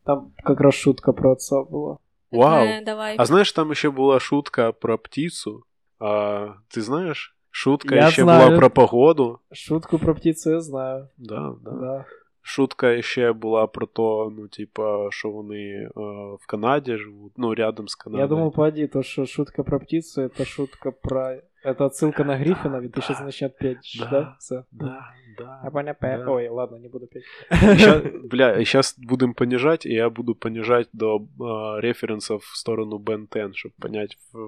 A: Там как раз шутка про отца была.
C: Вау!
B: Э, давай.
C: А знаєш, там ще була шутка про птицю. А, ти знаєш? Шутка
A: Я
C: ще
A: знаю.
C: була про погоду.
A: Шутку про птицу я знаю,
C: Да, да.
A: да.
C: Шутка ще була про то, ну, типа, що вони е, в Канаді живуть, ну, рядом з Канадою.
A: Я думал, поди, то, что шутка про птицу, это шутка про... Это отсылка на Гриффина, ведь ты сейчас начнешь петь,
C: Да,
A: да? Все.
C: Да, да.
A: Я понял, пе-
C: Да.
A: Ой, ладно, не буду петь.
C: Ща, бля, сейчас будем понижать, и я буду понижать до е, референсов в сторону Бен Тен, щоб понять, в,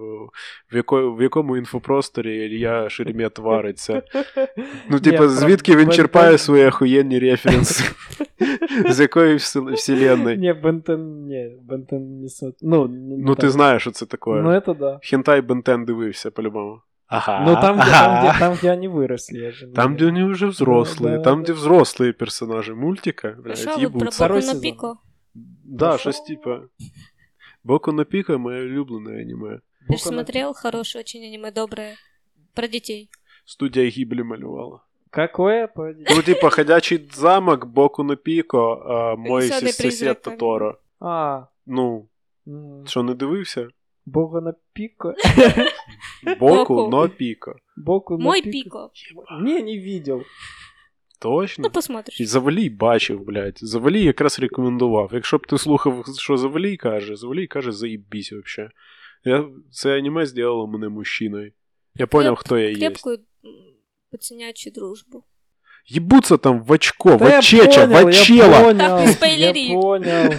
C: в, яко- в якому інфопросторі Ілья Шеремет вариться. Ну,
A: Ні, про
C: типа, звідки він
A: Бен
C: черпає
A: Тен-
C: свої охуєнні референси? З якої всел- вселенної?
A: Не, Бентен, не, Бентен не со- Ну, не- не
C: Ну, ти
A: так.
C: знаєш, що це
A: Ну,
C: таке.
A: это да.
C: Хентай Бен Тен дивився, по-любому. Ага.
A: Ну, там, где, там,
C: ага.
A: где, там, где они выросли. я же не-
C: Там, где они уже взрослые,
A: да,
C: там,
A: да.
C: где взрослые персонажи мультика, блядь,
B: Хорошо, вы про
C: ебутся.
A: Второй
B: Боку на
A: сезон.
B: пико.
C: Да, щось типа. Боку на піка моє улюблене аніме.
B: Ты
A: Боку
B: же
A: на-
B: смотрел хорошее очень аниме, доброе. Про детей.
C: Студія гіблі малювала.
A: Какое? Погоди.
C: Ну, типа, ходячий замок, боку на піко, а, мой
B: Сяде
C: сі- сусід
B: призрак, там.
C: Тоторо.
A: А,
C: Ну,
A: м,
C: що не дивився?
A: Бога на пико.
B: Боку.
C: Боку, но піка.
A: Боку на
B: Мой
A: пико.
B: пико.
A: Не, не видел.
C: Точно?
B: Ну, посмотришь.
C: І Завалій бачив, блядь. Завалій якраз рекомендував. Якщо б ти слухав, що Завалій каже, Завалій каже, заїбісь вообще. Я... Це аніме зробило мене мужчиною. Я поняв, хто я є.
B: Крепкую м, пацанячью дружбу.
C: Їбуться там в очко,
A: Да я
C: вачеча,
A: понял, я
C: вачела.
A: понял,
B: Так, не спойлери.
A: Я понял.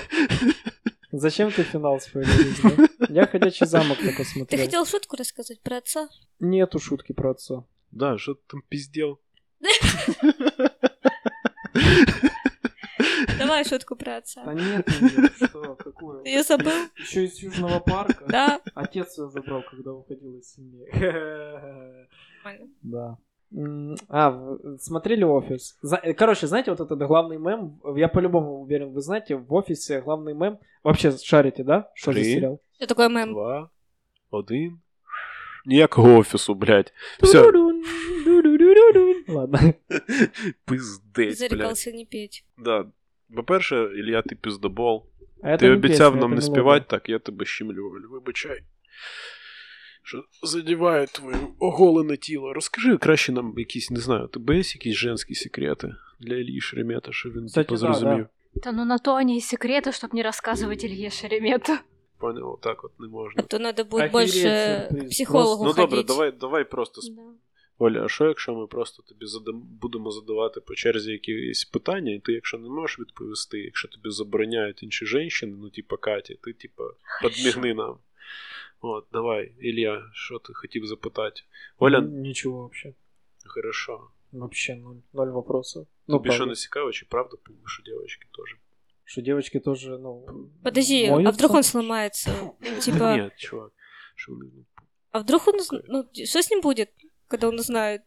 A: Зачем ты финал спойлеришь, да? Я «Ходячий замок» не
B: Ты
A: посмотрел.
B: хотел шутку рассказать про отца?
A: Нету шутки про отца.
C: Да, що ти там піздел?
B: Давай шутку про отца.
A: Да нет, её, что, какую?
B: Я забыл,
A: Еще из Южного парка.
B: да?
A: Отец ее забрал, когда уходил из семьи.
B: Нормально.
A: Да. М, А, в- смотрели «Офис»? За- э, Короче, знаете, вот этот главный мем, я по-любому уверен, вы знаете, в «Офисе» главный мем... Вообще шарите, да? Что за
C: Три.
A: сериал?
B: Что такое мем?
C: Два, один. Ніякого офісу, блядь. Все,
A: Ду-ду-дун, ду-ду-ду-ду-дун. Ладно.
C: пиздець, блядь.
B: Зарекался не петь.
C: Да. По-перше, Ілля, ти піздобол.
A: А это
C: Ти
A: не
C: обіцяв
A: песня, это
C: нам не
A: мелодия.
C: співати, так я тебе щемлю, Оль, вибачай. Що задіваю твоє оголене тіло. Розкажи краще нам якісь, не знаю, тебе є якісь женські секрети для Іллі Шеремета, типа, що він
A: Кстати,
C: типу,
A: да, да.
C: зрозумів.
F: Да ну на то они и секреты, чтобы не рассказывать Илье Шеремету.
C: Поняв, так от не можна.
B: А то надо будет
A: Охереть,
B: больше
A: сюрприз.
B: к психологу
C: Ну добре,
B: ходить.
C: давай, давай просто. сп-
B: Да.
C: Оля, а що якщо ми просто тобі задам... будемо задавати по черзі якісь питання, і ти, якщо не можеш відповісти, якщо тобі забороняють інші жінки, ну типа Каті, ти типа подмігни нам. От, давай, Ілля, що ти хотів запитати? Оля,
A: Н- Ничего вообще.
C: Хорошо.
A: Вообще ноль, ноль вопросов.
C: Ну,
A: Ну,
C: Тобі що
A: правда.
C: не цікаво, чи правда, що дівчатки теж?
A: Что девочки тоже, ну...
B: Подожди, а
A: моются?
B: вдруг он сломается?
C: Та
B: Типа,
C: Ні, чувак. Що вони...
B: а вдруг он... узн- Ну, что с ним будет, когда он узнает?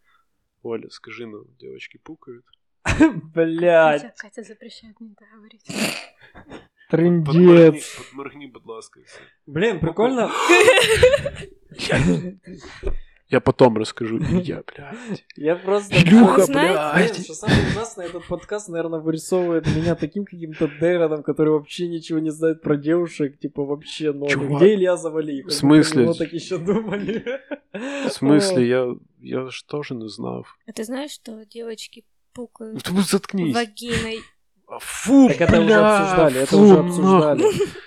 C: Оля, скажи нам, дівчатки пукають.
A: Блядь,
F: Катя, Катя запрещает мне это говорить.
A: трындец.
C: Подморгни, подморгни, будь ласка. і все.
A: Блин, прикольно.
C: Я потім розкажу. Я, блядь.
A: Я просто...
C: Шлюха,
A: Знаете,
C: блядь.
A: знаете, Что самое ужасное, этот подкаст, наверное, вырисовывает меня таким каким-то Дэроном, который вообще ничего не знает про девушек, типа вообще ноль.
C: Чувак.
A: Где Илья Завали?
C: В смысле?
A: Мы так еще думали.
C: В смислі, я, я ж теж не знав.
B: А ты знаешь, что девочки
A: Ну,
B: пукают
C: Ти заткнись.
B: вагиной?
C: А, Фу,
A: Так это уже
C: бля,
A: обсуждали, это
C: фу,
A: уже
C: нахуй.
A: обсуждали.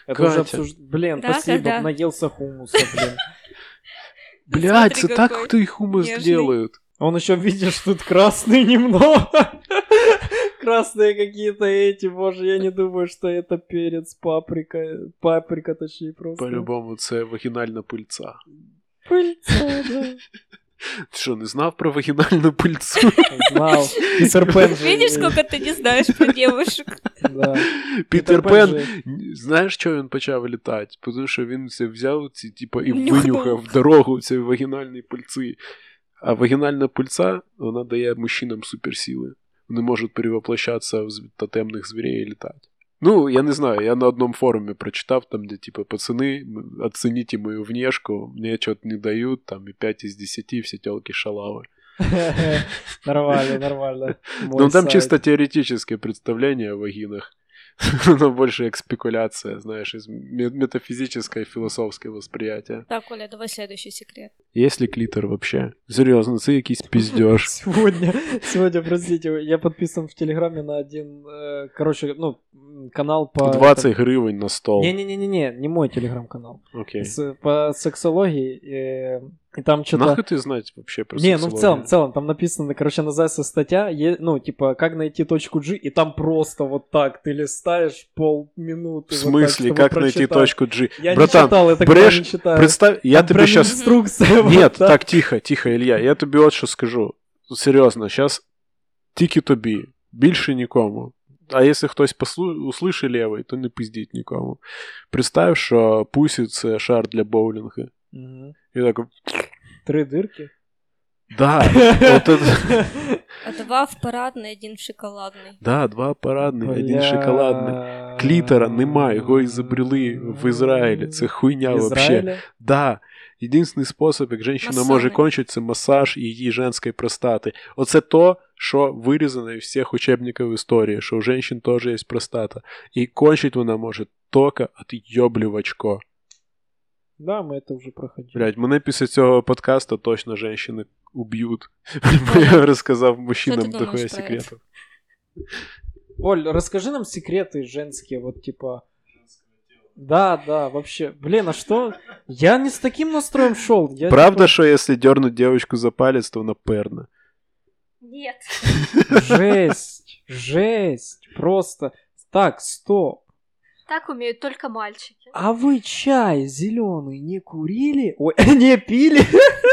A: Это уже
C: Катя.
A: обсуждали. Блин,
B: Да,
A: спасибо,
B: да.
A: наелся хумуса, блин.
C: Блядь, це
B: Смотри,
C: так,
B: какой
C: хто їх умис
B: нежний.
C: делають.
A: Он еще, видишь, тут красный немного. Красные какие-то эти, боже, я не думаю, что это перец, паприка, паприка точнее просто.
C: По-любому, це вагінальна пильця.
A: Пыльца, да.
C: Ти що, не знав про вагінальну пильцю?
A: Знал. И серпен же
B: Видишь,
A: есть.
B: сколько ты не знаешь про девушек?
A: Да.
C: Пітер
A: Пен
C: Пен
A: же.
C: Знаєш, чого він почав літати? Тому що він це взяв ці, типу, і
B: Нюхнув.
C: винюхав дорогу цієї вагінальної пульці. А вагінальна пульца, вона дає мужчинам суперсіли. Вони можуть перевоплощатися в зв- тотемних звірей і літати. Ну, я не знаю, я на одному форумі прочитав, там, де, типу, пацани, м, оцініть мою внешку, мені чого не дають, там, і 5 із 10, всі тілки шалави.
A: Нормально, нормально. Мой
C: ну, там
A: сайт.
C: чисто теоретическое представление о вагинах. Но больше как спекуляция, знаешь, из ме- метафизическое и философское восприятие.
B: Так, Оля, давай следующий секрет.
C: Есть ли клитор вообще? Серьезно, це якийсь пиздеж.
A: Сегодня, сегодня, простите, я подписан в Телеграме на один, э, короче, ну, м, канал по...
C: 20 гривень на стол.
A: Не-не-не-не, не мой Телеграм-канал.
C: Окей.
A: С- По сексологии, э, и там что-то...
C: Нахуй ты знать вообще про
A: Не, ну в
C: сексологию?
A: целом, в целом, там написано, короче, называется статья, е- ну, типа, как найти точку G, и там просто вот так ты листаешь полминуты.
C: В
A: вот так,
C: смысле,
A: чтобы
C: как найти
A: прочитать.
C: точку G?
A: Я не
C: Братан,
A: читал, я так
C: брешь,
A: не читаю.
C: представь, я
A: Там
C: тебе
A: прям
C: сейчас
A: инструкция вот
C: Нет, так тихо, тихо, Ілля. Я тобі от що скажу. Серйозно, зараз тільки тобі, більше нікому. А якщо хтось послу... услышить лівий, то не пиздіть нікому. Представ, що пусі це шар для боулінга.
A: Мгм.
C: І так.
A: Три дырки.
C: Да, от це-
B: А два в парадный, один в шоколадный.
C: да, два парадних, один шоколадний. Клітера нема, його ізобрели в Ізраїлі. Це хуйня взагалі.
A: Израиля?
C: Да. Единственный спосіб, як жінка
B: Масажі.
C: може кончити, це масаж її женської простати. Оце то, що вирізано із всіх учебників історії, що у жінок теж є простата. І кончить вона може тільки від йоблювачко.
A: Да, ми це вже проходили.
C: Блять, мене після цього подкасту точно жінки уб'ють. Бо я розказав мужчинам
B: Що ти думаєш
C: дохуя
B: про
C: секретів.
A: Оль, расскажи нам секреты женские, вот типа... Да, да, вообще. Блин, а что? Я не с таким настроем шел. Я типа,
C: Правда, що якщо дернуть дівчинку за палець, то вона перна?
F: Нет.
A: типа, Жесть, жесть, просто. Так, стоп.
F: Так умеют только мальчики.
A: А вы чай зеленый не курили? Ой, не пили?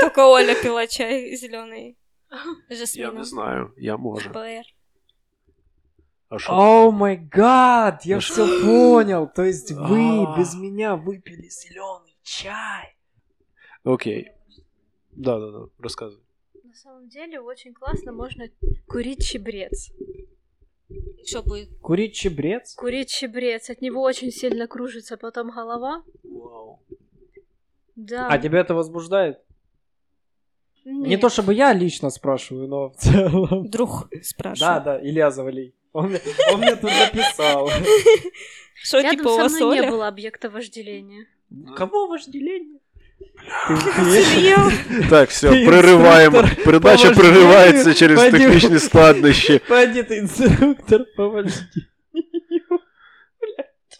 B: Только Оля пила чай зеленый.
C: Я
B: Жасмина.
C: не знаю, я можу.
B: БР.
C: А що?
A: О май гад, я
C: Ну
A: все понял. То есть вы
C: А.
A: без меня выпили зеленый чай.
C: Окей. Да, да, да, розказуй.
F: На самом деле очень классно можно курить чебрец.
B: Что будет?
A: Курить чебрец?
F: Курить чебрец, от него очень сильно кружится потом голова. Да.
A: А тебя это возбуждает? Не то чтобы я лично спрашиваю, но в целом.
B: Друг
A: Да,
B: спрашивает.
A: да, Илья Завалей. Он, мне- он мне тут написал.
B: Что
F: Рядом
B: типа у
F: со
B: вас
F: мной не
B: Оля?
F: было объекта вожделения.
A: Кого вожделение? Ты-
B: Илья.
C: Так, все,
A: Ти
C: перериваємо.
A: інструктор
C: Передача
A: по
C: переривається
A: вождінню,
C: через
A: Вадим.
C: технічні складнощі.
A: ты- Пойди ты, инструктор по вождению.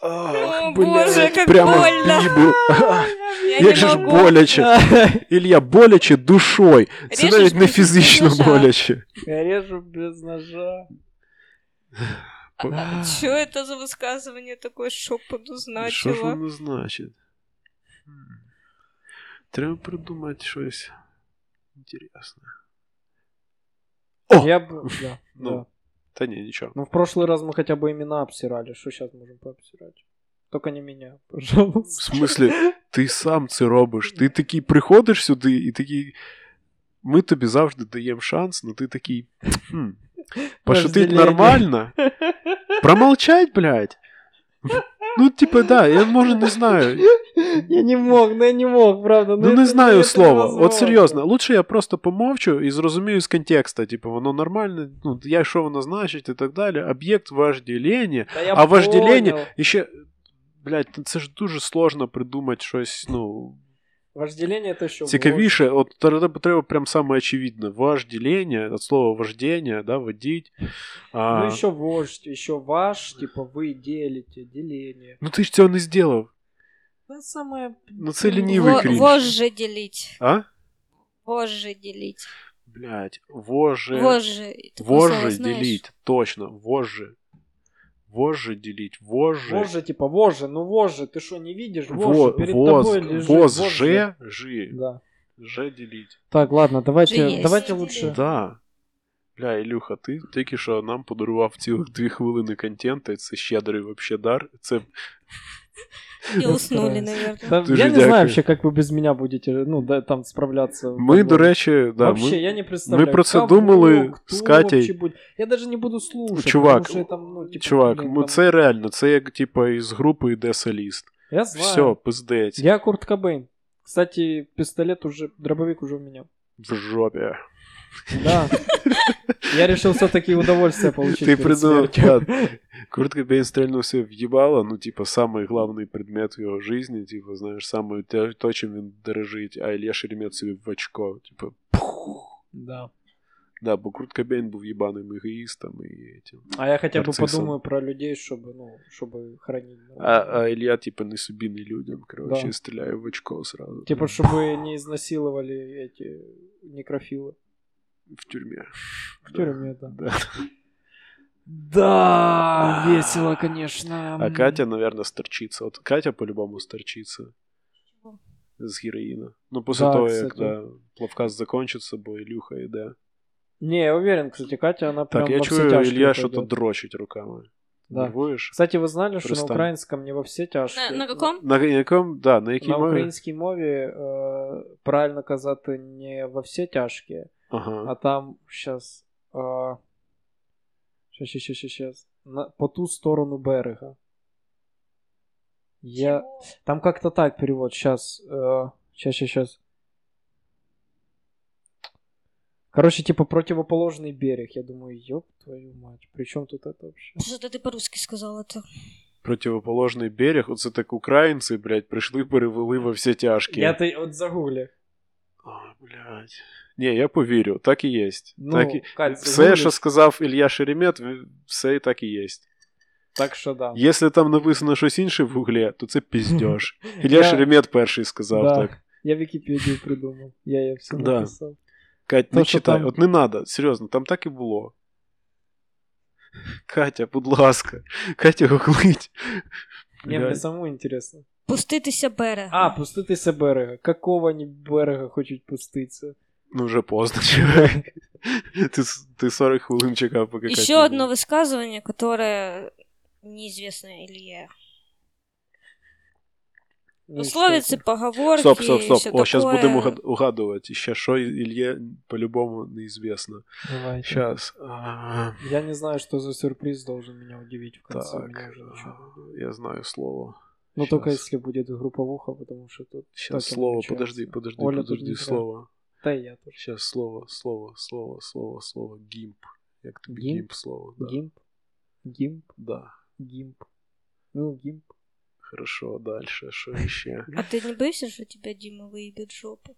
B: О,
C: Блядь,
B: боже, как
C: Прямо в
B: больно.
C: бібу.
B: Я
C: Як
B: не
C: же ж
B: могу.
C: боляче. Ілья, боляче душой. Це
B: Режеш
C: навіть не
B: без
C: фізично
B: ножа.
C: боляче.
A: Я режу без ножа.
B: А, Что это за высказывание такое шепоту
C: Що ж
B: значило?
C: воно значить? Хм. Треба придумати щось інтересне. О!
A: Я бы... Да,
C: Ну.
A: да.
C: Та ні, нічого.
A: Ну, в прошлый раз мы хотя бы имена обсирали. Что сейчас можем пообсирать? Только не меня, пожалуйста.
C: В смислі, ти сам це робиш. Ти такий приходиш сюди і такий. Ми тобі завжди даємо шанс, але ти такий. «Хм, Пошутить
A: Вожделение.
C: нормально. Промолчать, блядь. Ну, типа, да, я може не знаю.
A: Я не мог, ну я не мог, правда.
C: Ну
A: это-
C: не знаю
A: это
C: слова. От
A: невозможно.
C: серйозно, лучше я просто помовчу і зрозумію з контекста. Типу, воно нормальне, ну я що воно значить і так далі. Об'єкт вожділення.
A: Да я
C: А вожделение-
A: понял.
C: І ще, блядь, та це ж дуже сложно придумати щось, ну,
A: Вожделение это еще...
C: цікавіше. От треба, треба прям саме очевидне. Вожділення, від слова вождіння, да, водіть. А,
A: Ну
C: ну,
A: еще вождь, еще ваш, типа вы делите, деление.
C: ти ну ж цього не зробив.
A: Да самое...
C: Ну це лінівий
B: Во-
C: крінж.
B: Вожжи делить.
C: А?
B: Вожжи делить.
C: Блядь, воже.
B: Вожжи. Такое слово
C: Вожжи
B: знаешь?
C: делить, точно, вожжи. Вожжи делить, вожжи.
A: Вожжи, типа вожжи, ну вожжи, ты что, не видишь? Вожжи,
C: Во-
A: перед
C: воз,
A: тобой лежит
C: воз,
A: вожжи.
C: же, жи,
A: Да.
C: же делить.
A: Так, ладно,
B: Же
A: давайте,
B: есть.
A: давайте
D: Же
A: лучше.
C: Да. Бля, Ілюха, ти тільки що а нам подарував цілих дві хвилини контенту, і це щедрий вообще дар. Це
B: И уснули,
A: Стараюсь.
B: наверное.
A: Да,
C: Ты же
A: я не
C: дядька.
A: знаю вообще, как вы без меня будете, ну, да, там справляться.
C: ми,
A: Как
C: до
A: бы.
C: речі, да,
A: Вообще,
C: ми...
A: я не представляю.
C: мы про це
A: кого,
C: думали
A: кто
C: з Катей.
A: вообще будет. Я даже не буду слушать.
C: Чувак,
A: потому что я там, ну, типа,
C: чувак,
A: блин,
C: ми
A: там-
C: це реально, це як типа із групи йде соліст.
A: Я знаю.
C: Все, пиздець.
A: Я Курт Кобейн. Кстати, пистолет уже, дробовик уже у меня.
C: В жопі.
A: Да. Я решил все-таки удовольствие получить.
C: Ти
A: перед
C: придумав.
A: смертью.
C: Курт Кобейн стрельнувся в їбало, ну, типа, самий главний предмет в його житті, типа, знаєш, саме те, то, чим він дорожить, а Ілля Шеремет собі в очко. Типа,
A: Да.
C: да, бо Курт Кобейн був їбаним егоїстом і тим.
A: А я хотя бы
C: Нарциссом.
A: подумаю про людей, чтобы, ну, чтобы хранить. ну,
C: А, а Ілля, типа, не собі, не людям, коротше,
A: Да.
C: і стріляє в очко сразу.
A: Типа, чтобы не изнасиловали эти некрофилы.
C: в тюрмі.
A: В тюрьме, да.
C: Да.
A: Да, весело, конечно.
C: А Катя, наверное, сторчиться. От Катя по-любому сторчиться. З героїна. Ну, після
A: Да,
C: того, як
A: кстати.
C: да, плавкаст закончиться, бо Ілюха йде.
A: Не, я уверен, кстати, Катя, она прям
C: Так, я
A: во все
C: чую,
A: тяжкие
C: Ілля
A: пойдет.
C: що-то дрочить руками.
A: Да.
C: Нервуєш?
A: Кстати, вы знали, что на
C: Пристань.
A: украинском не во все тяжкие? Ну,
B: На, на каком?
C: На якому, да, на якій
A: На
C: мові?
A: українській мові е, правильно казати не во всі тяжкі,
C: Ага.
A: а там щас. Е, щас, щас, щас, щас, щас. На, по ту сторону берега. Я... Там как-то так перевод. Сейчас. Э, сейчас, сейчас, сейчас. Короче, типа противоположный берег. Я думаю, ёб твою мать. При чем тут это вообще?
B: Что-то ты по-русски сказал это.
C: противоположний берег. Оце так українці, блядь, прийшли, перевели во всі тяжкі.
A: Я ти от загуглю.
C: Ой, блядь. Ні, я повірю, так і є.
A: Ну,
C: так, і...
A: Кать,
C: Все,
A: загуглиш?
C: що сказав Ілья Шеремет, все і так і є.
A: Так що да.
C: Якщо там написано щось інше в гуглі, то це піздьош.
A: Я-
C: Ілья Шеремет перший сказав
A: да.
C: так.
A: Я Вікіпедію придумав. Я її все
C: Да.
A: написав.
C: Кать,
A: То,
C: не
A: що
C: читай,
A: там-
C: от не надо, серйозно, там так і було. Катя, будь ласка. Катя гуглить.
A: Ні, мені
C: Блядь.
A: самому інтересно.
B: Пуститися берега.
A: А, пуститися берега. Какого вони берега хочуть пуститися?
C: Ну вже поздно, чувак. Ти, с- ти 40 хвилин чекав, поки Катя
B: Еще
C: буде.
B: одно высказывание, которое неизвестно Илье.
A: Ну,
B: Условицы, поговорки,
C: Стоп, стоп, стоп.
B: всё
C: О, зараз
B: такое.
C: будемо угад- угадувати. Ще що Ільє по-любому неізвісно.
A: що ти? Давайте.
C: Зараз.
A: Я не знаю, что за сюрприз должен меня удивить в конце.
C: Так,
A: Меня уже ничего-
C: а, я знаю слово.
A: Но
C: щас.
A: только если будет групповуха, потому что тут...
C: Сейчас
A: так и
C: слово,
A: намечается.
C: подожди, подожди,
A: Оля тут
C: подожди,
A: не зря.
C: слово.
A: Да и я тоже.
C: Сейчас слово, слово, слово, слово, слово. Гімп. Як тобі
A: Гімп?
C: гімп, слово? Да.
A: Гимп. Гимп.
C: да.
A: Гимп. Ну, гимп.
C: Хорошо, а дальше. Що ще?
B: А ты не боишься, что тебя Дима выебет в жопу?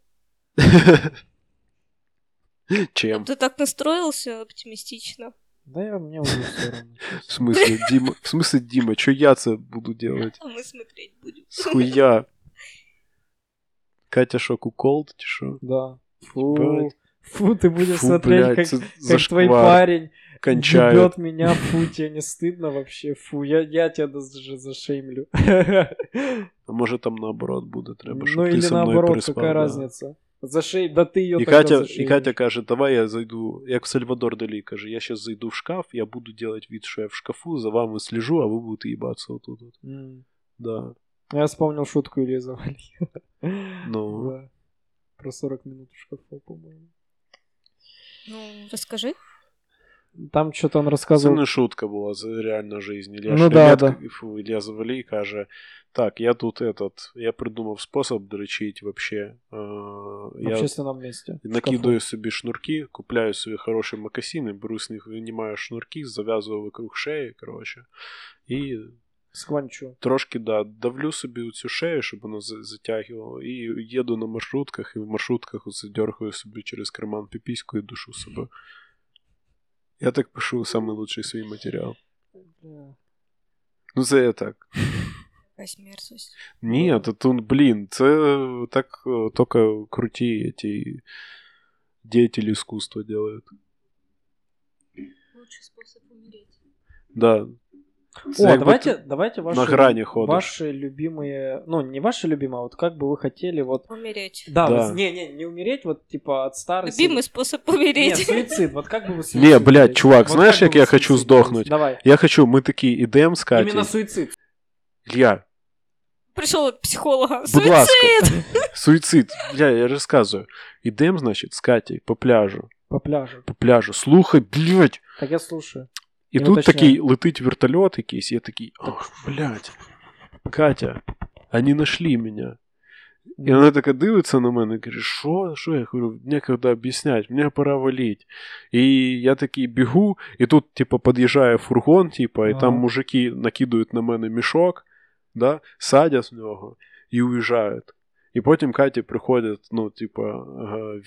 C: Чем?
B: Ты так настроился оптимистично.
A: Да я мне уже все равно.
C: В смысле, Дима, в смысле, Дима, что я це буду делать?
B: А мы смотреть будем.
C: Схуя. Катя шо, кукол, ти що?
A: Да. Фу.
C: Блядь.
A: Фу, ты будешь
C: Фу,
A: смотреть,
C: блядь,
A: как
C: це
A: как твой
C: зашквар.
A: парень
C: Кончают.
A: Ебет меня, фу, тебе не стыдно вообще, фу, я, я тебя даже зашеймлю.
C: А може там наоборот буде, треба, щоб
A: ну
C: ти
A: или
C: со мною
A: наоборот,
C: переспав,
A: какая
C: да.
A: разница. Зашей, да ты ее
C: І Катя, і Катя каже, давай я зайду, як Сальвадор Далі каже, я зараз зайду в шкаф, я буду делать вид, що я в шкафу, за вами слежу, а ви будете їбатися отут. от. Да.
A: Я вспомнил шутку Ильи Завалиева.
C: Ну,
A: Да. Про 40 минут в шкафу, по-моему.
B: Ну, расскажи.
A: Там что-то он
C: це
A: рассказывал.
C: не шутка була, це реальна жизнь. Ілля
A: Ну
C: ну,
A: да,
C: фу, Ілля Завалій каже, так, я тут этот, я придумав способ дрочить вообще. Е,
A: В
C: я
A: общественном месте. в
C: накидаю собі шнурки, купляю собі хороші макасіни, беру з них, винімаю шнурки, зав'язую вокруг шеї, коротше, і
A: шкафу. Скванчу.
C: трошки да, давлю собі цю шею, щоб воно за- затягувало, і їду на маршрутках, і в маршрутках оце дергаю собі через карман піпіську і душу себе. Я так пишу самий лучший свій матеріал.
A: Да.
C: Ну, це я так.
B: Какая мерзость.
C: Ні, то тут, блін, це так е, тільки круті ті діятелі іскусства роблять.
D: Лучший способ умереть.
C: Да. Це
A: О,
C: якби
A: давайте,
C: ти
A: давайте ваши,
C: на грані ходиш.
A: ваши любимые, ну не ваши любимые, а вот как бы вы хотели вот
B: Умереть.
A: Да,
C: Да.
A: вот- не, не, не умереть, вот типа от старости.
B: Любимый способ
A: Нет,
B: умереть.
A: суицид, вот как бы вы суицид...
C: Не, блядь, чувак,
A: Вот
C: знаешь,
A: как
C: как
A: бы
C: я
A: вы
C: хочу
A: суицид
C: сдохнуть?
A: Давай.
C: Я хочу, ми такі ідемо з Катей.
A: Именно суицид.
C: Ілья,
B: Пришел от психолога.
C: Будь ласка.
B: Суицид!
C: Суїцид. Бля, я розказую. Ідемо, значить, з Катей по пляжу.
A: По пляжу.
C: По пляжу. Слухай, блядь.
A: Так я слушаю.
C: І
A: Я
C: тут
A: уточняю.
C: такий летить вертольот якийсь, я такий, ах, блядь. Катя, вони знайшли мене. І вона така дивиться на мене і каже, що, що я говорю, некогда об'яснять, мені пора валіть. І я такий бігу, і тут, типу, під'їжджає фургон, типу, і
A: Ага.
C: там мужики накидують на мене мішок, да, садять в нього і уїжджають. І потім Каті приходять, ну, типу, е,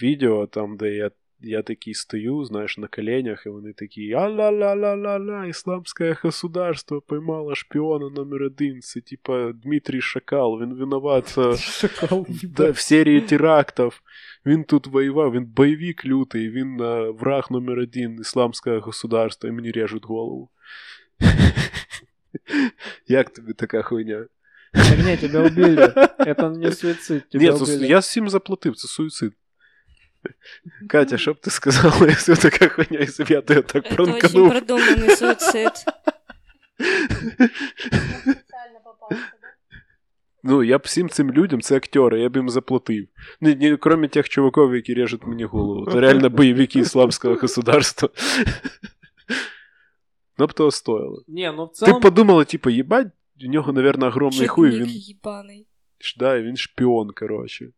C: відео там, де я. Я такий стою, знаєш, на коленях, і вони такі а-ла-ла-ла-ла-ла, ісламське государство поймало шпіона номер один. Це типа Дмитрій Шакал, він винуват е,
A: Шакал,
C: Да, в серії терактів. Він тут воював, він бойовик лютий, він е, враг номер один ісламського государства, і мені режуть голову. Як тобі така хуйня?
A: Так не, тебя убили. Это не суицид, тебя
C: Ні, це-
A: убили.
C: я всім заплатив, це суїцид. Катя, що б ти сказала, якщо така хуйня, якщо б я тебе так
B: Это очень
C: пранканув?
B: продуманный суицид.
D: Специально попался, да?
C: Ну, я б всім цим людям, це актери, я б їм заплатив. Ні, ні, крім тих чуваків, які режуть мені голову. Це реально бойовики ісламського государства. Ну б того стоило.
A: Не, ну в
C: Ти б
A: целом...
C: подумала, типу, їбать, у нього, мабуть, огромний хуй,
B: Жирник
C: він,
B: ебаный.
C: ж, да, він шпіон, коротше.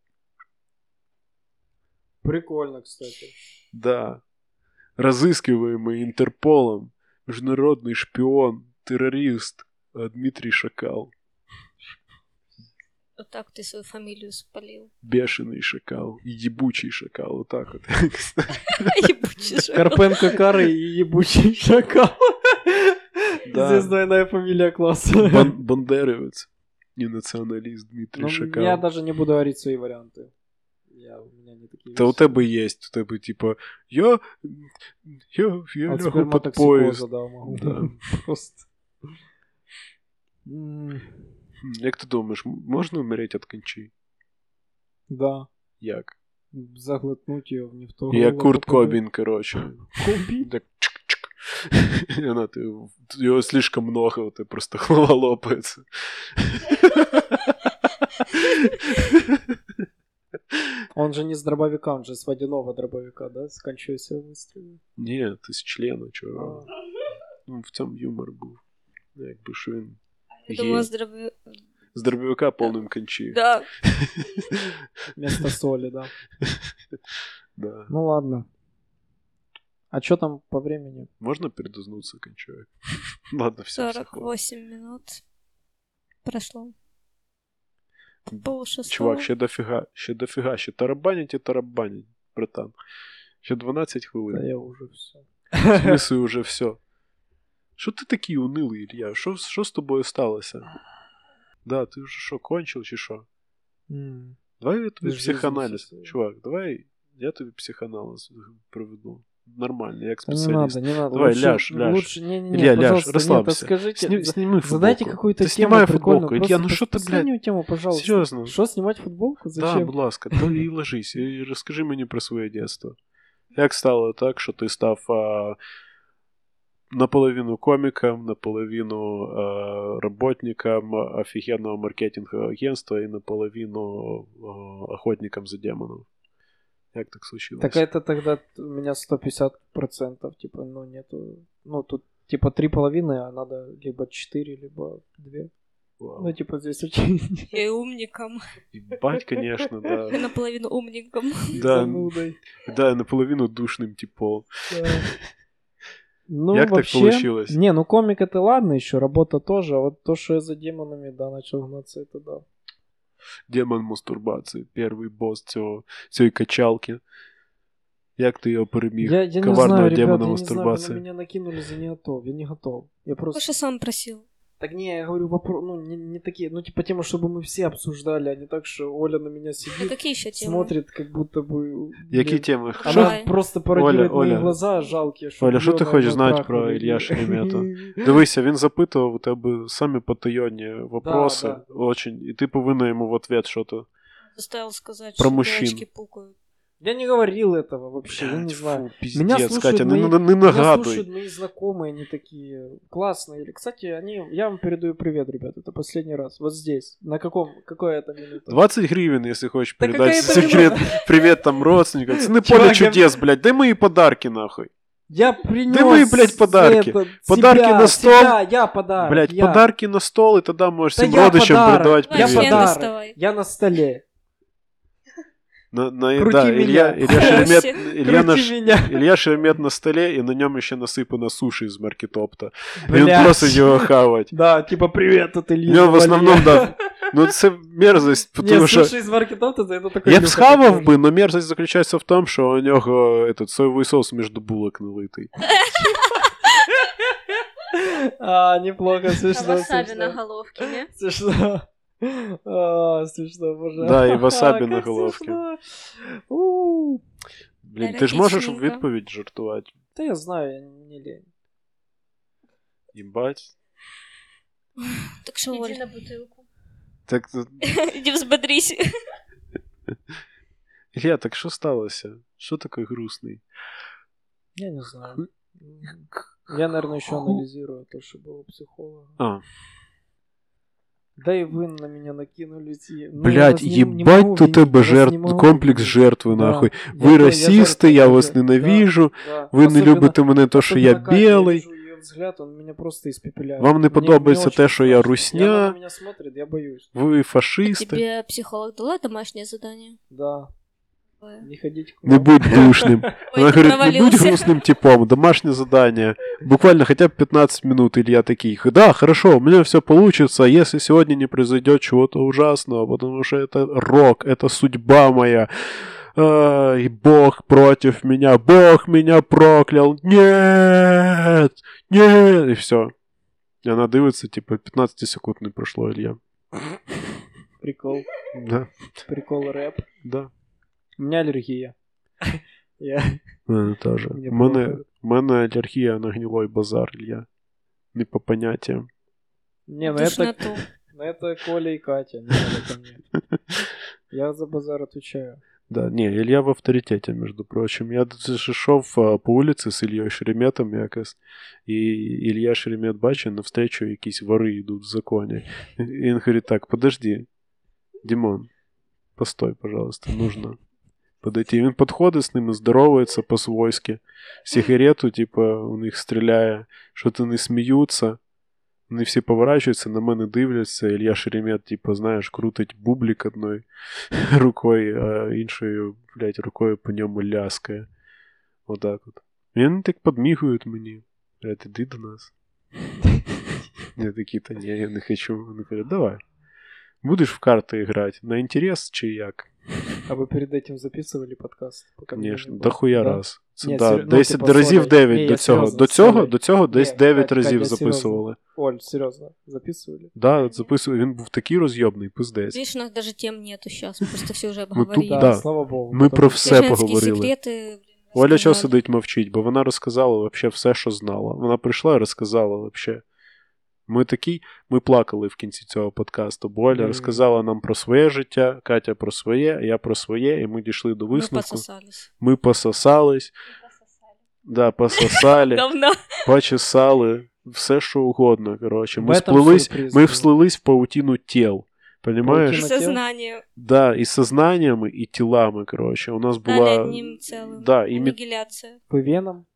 A: Прикольно, кстати.
C: Да. Разыскиваемый Интерполом, международный шпион, террорист, Э, Дмитрий Шакал.
B: Вот так ты свою фамилию спалил.
C: Бешеный шакал. И ебучий шакал. Вот так вот.
B: Ебучий шакал.
A: Карпенко Кары и ебучий шакал.
C: Да.
A: Известная моя фамилия класса.
C: Бан- Бандеровец. И националист Дмитрий
A: Ну,
C: Шакал.
A: Я даже не буду говорить свои варианты. Я, у меня не такие
C: Та у
A: вещи.
C: тебе є, у тебе, типа, я, я,
A: От
C: я лягу під
A: сперматоксикоза,
C: поїзд.
A: А да, могу.
C: Да.
A: Просто. М,
C: Як ти думаєш, м- можна вмереть від кончі?
A: Да.
C: Як?
A: Заглотнуть ее в не в то
C: Я
A: горло
C: Курт
A: попаду.
C: Кобін, коротше.
A: Кобін?
C: Так чик-чик. І вона, ти, його слишком много, ти просто голова лопається.
A: Он же не с дробовика, он же с водяного дробовика, да? Скончуйся выстрелил.
C: Ні, ти з члена,
A: А,
C: чого. Ну, в цьому юмор був. Ну, Якби що він.
B: Я думала,
C: гей.
B: здравый...
C: З дробовика повним кончі.
B: Да.
A: Вместо соли, да.
C: Да.
A: Ну ладно. А что там по времени?
C: Можна передознутися кончою? Ладно, все.
B: 48 минут прошло.
C: Чувак, ще дофіга, ще дофіга, ще тарабанять і тарабанять, братан. Ще 12
A: Да
C: хвилин.
A: я уже все.
C: В смислі уже все. Що ти такий унилий, Ілля? Що, що з тобою сталося? Да, ти вже що, кончив чи що? Давай я тобі
A: Жизнь
C: психоаналіз.
A: сусідує.
C: Чувак, давай я тобі психоаналіз проведу. Нормально, як
A: Не
C: специаліст.
A: надо, не надо.
C: Давай,
A: лучше,
C: ляж, ляж.
A: Лучше, не, не, не,
C: Илья, ляж,
A: пожалуйста, нет,
C: расслабься.
A: а скажите,
C: Сни- сними футболку.
A: задайте какую-то
C: Ты
A: тему
C: снимай
A: прикольную.
C: футболку. Илья, ну
A: просто
C: что ты, блядь,
A: последнюю тему, пожалуйста.
C: серьезно?
A: Что, снимать футболку?
C: Да,
A: Зачем?
C: будь ласка, то і ложись, і розкажи мені про своє дитинство. Як стало так, що ти став а, наполовину коміком, наполовину а, роботником офігенного маркетингового агентства і наполовину а, охотником за демоном? Як так случилось?
A: Так это тогда т- у меня 150%, типа, ну нету. Ну, тут типа три половины, а надо либо четыре, либо две.
C: Вау.
A: Ну, типа, здесь очень
B: И умником.
C: Їбать, конечно, да.
B: Наполовину умником.
C: да.
A: занудой.
C: Да, наполовину душним типом.
A: Да. Ну,
C: Як так
A: вообще,
C: получилось?
A: Не, ну комик это ладно еще, работа тоже, а вот то, что я за демонами, да, начал гнаться, это да.
C: Демон мастурбації, перший бос цього, цієї качалки. Як ти його переміг?
A: Я, я не
C: коварного
A: знаю, ребят, я не
C: демона
A: знаю, вы на
C: мастурбации.
A: меня накинули за не готов, я не готов. Я просто...
B: Слушай, сам просил.
A: Так не, я говорю, вопрос, ну, не, не такие, ну, типа, темы, чтобы мы все обсуждали, а не так, что Оля на меня
B: Ну
A: сидит,
B: какие еще темы?
A: смотрит, как будто бы...
C: Які
A: блин,
C: теми?
A: Она
C: Що?
B: Давай.
A: просто пародирует
C: Оля,
A: мои
C: Оля.
A: глаза жалкие. что
C: Оля, що ти
A: блёная,
C: хочеш
A: но
C: знати
A: трахнули.
C: про Ілля Шеремета? Дивися, а він запитував у тебе самі потайонні вопроси,
A: да.
C: очень, і ти повинна йому в ответ що то.
B: Заставил сказать,
C: Про
B: что
C: мужчин.
B: девочки пукают.
A: Я не говорил этого вообще, я не знаю. Меня
C: Піздець,
A: слушають
C: Катя, не,
A: мої-
C: не, не
A: Меня
C: нагадуй.
A: слушают мои знакомые, они такие классные. Или, Кстати, они, я вам передаю привет, ребят, это последний раз. Вот здесь. На каком, какое это минута?
C: 20 гривен, если хочешь
B: Та
C: передать
B: какая
C: секрет, привет там родственникам. Це не
A: Чувак,
C: поле
A: я-
C: чудес, блядь, дай мої подарки нахуй.
A: Я принес...
C: Да мы, блядь, подарки.
A: это,
C: Подарки
A: тебя,
C: на стол.
A: тебя, я подарок.
C: Блядь,
A: я.
C: подарки на стол, и тогда можешь
A: Да
C: всем
A: я
C: родичам
A: подарок.
C: передавать
A: Я
B: Давай, член
C: привет.
A: подарок.
B: доставай.
A: Я на столе.
C: На, на,
A: Крути
C: да,
A: меня.
C: Илья, Илья, Шеремет, Илья,
A: Крути
C: наш,
A: меня.
C: Илья Шеремет на столе, и на нем еще насыпано суши из маркетопта. И он
A: Блядь.
C: просто его хавать.
A: Да, типа, привет, это Илья.
C: Я в основном,
A: Валерьев».
C: да. Ну, это мерзость, потому
A: Не,
C: что...
A: слушай, из маркетов это это такой...
C: Я б
A: Илюха
C: схавав
A: такой.
C: би, но мерзость заключається в тому, що у нього этот, соєвий соус між булок налитий.
A: А, неплохо,
F: А
A: смешно,
F: васаби на
A: смешно.
F: головке, не?
A: Смешно. А, Смешно, боже.
C: Да, и васаби на
A: Как
C: головке.
A: смешно. У,
C: Блін, ти ж можеш в
B: Еротичненько.
C: відповідь жартувати.
A: Да я знаю, я не лень.
C: Їбать.
B: Так что,
D: Иди
B: Оль,
D: на бутылку.
C: Так, э, е,
B: иди взбодрись.
C: Ілля, так що сталося? Що такий грустний?
A: Я не знаю. Я, наверное, еще анализирую то, что было у психолога.
C: А,
A: Да и вы на меня накинулись. и- Ну, я вас
C: блядь,
A: не- не могу
C: їбать то
A: винить,
C: тебе
A: я вас
C: жертв,
A: не могу
C: комплекс
A: винить.
C: жертви,
A: Да.
C: нахуй.
A: Я
C: Ви
A: тоже- я
C: расисты,
A: тоже
C: я
A: так
C: вас
A: люблю.
C: ненавижу,
A: Да, да.
C: ви не
A: Особенно-
C: любите мене то, що
A: особенно
C: я
A: Катя, Я
C: білий,
A: вижу её взгляд, он меня просто испепеляет.
C: вам не
A: Мне-
C: подобається
A: мне
C: те, що я
A: очень страшно. Я- Она на
C: русня,
A: меня смотрит, я боюсь.
C: ви фашисти. Ну,
B: Тебе психолог дала домашнее задание?
A: Да. Не ходить к
C: Не
A: нам.
C: будь душным. Она
B: Ой,
C: говорит, не будь
B: навалился.
C: грустным типом, домашнее задание. Буквально хотя бы 15 минут, Илья таких. Да, хорошо, у меня все получится, если сегодня не произойдет чего-то ужасного, потому что это рок, это судьба моя. А, И Бог против меня, Бог меня проклял. Нет, нет, и все. И она дивится, типа, 15 секунд не прошло, Илья.
A: Прикол.
C: Да,
A: Прикол рэп.
C: да.
A: У меня аллергия. Я...
C: У мене теж.
A: Мені
C: У мене,
A: похуй.
C: у мене алергія на гнилой базар, Ілья. Не по поняттям.
A: Не, ну это,
B: Душноту.
A: ну это Коля и Катя. Не надо ко мне. Я за базар отвечаю.
C: Да, не, Илья в авторитете, между прочим. Я зашел а, по улиці з Ільєю Шереметом якось, і Ілья Шеремет бачить, навстречу якісь вори йдуть в законі. І він говорить, так, подожди, Димон, постой, пожалуйста, нужно подойти. І Він підходить з ними, здоровається по-свойськи, сигарету, типа, у них стріляє, що то не сміються. Вони всі поворачуються, на мене дивляться. Ілья Шеремет, типа, знаєш, крутить бублік одної рукою, а іншою, блядь, рукою по ньому ляскає. Отак от. І вони так підмігують мені. Блядь, іди до нас. Я такий, та ні, я не хочу. Вони кажуть, давай. Будеш в карти грати? На інтерес чи як?
A: А вы перед этим записывали подкаст? Пока меня не
C: Конечно,
A: было?
C: дохуя
A: Да?
C: раз. Це
A: Ні,
C: да,
A: серйозно, ну,
C: десь
A: типа,
C: разів
A: слухай,
C: 9
A: ні,
C: до
A: я
C: цього.
A: серйозно,
C: До цього,
A: слухай.
C: до цього десь
A: Ні,
C: 9
A: Катя,
C: разів
A: я серйозно.
C: записували.
A: Оль, серьезно, записывали?
C: Да, записували. Він був такий розйобний, пиздець.
B: Видишь, у нас даже тем нету сейчас, мы просто все уже
C: Ну, тут,
B: обговорили.
C: Да.
A: слава богу.
C: Ми
A: потому
C: про
A: что-
C: все
B: Женские
C: поговорили.
B: секреты, блин,
C: Оля що
B: рассказали.
C: сидить мовчить, бо вона розказала вообще все, що знала. Вона прийшла і розказала вообще. Ми такі, ми плакали в кінці цього подкасту, бо Оля
A: Мгм.
C: розказала нам про своє життя, Катя про своє, я про своє, і ми дійшли до
B: Мы
C: висновку.
B: пососались.
C: Ми пососались, да, пососали,
B: Говна.
C: почесали, все що угодно. Коротше,
A: В
C: ми
A: этом
C: сплелись,
A: сюрприз
C: ми
A: был.
C: вслились в паутину тіл. Понимаєш?
A: Паутина.
B: Сознание.
C: Да, і сознаннями, і тілами, коротше. У нас
B: Стали
C: була.
B: одним целым.
C: Да, і мі-
B: Аннигиляция.
A: По венам?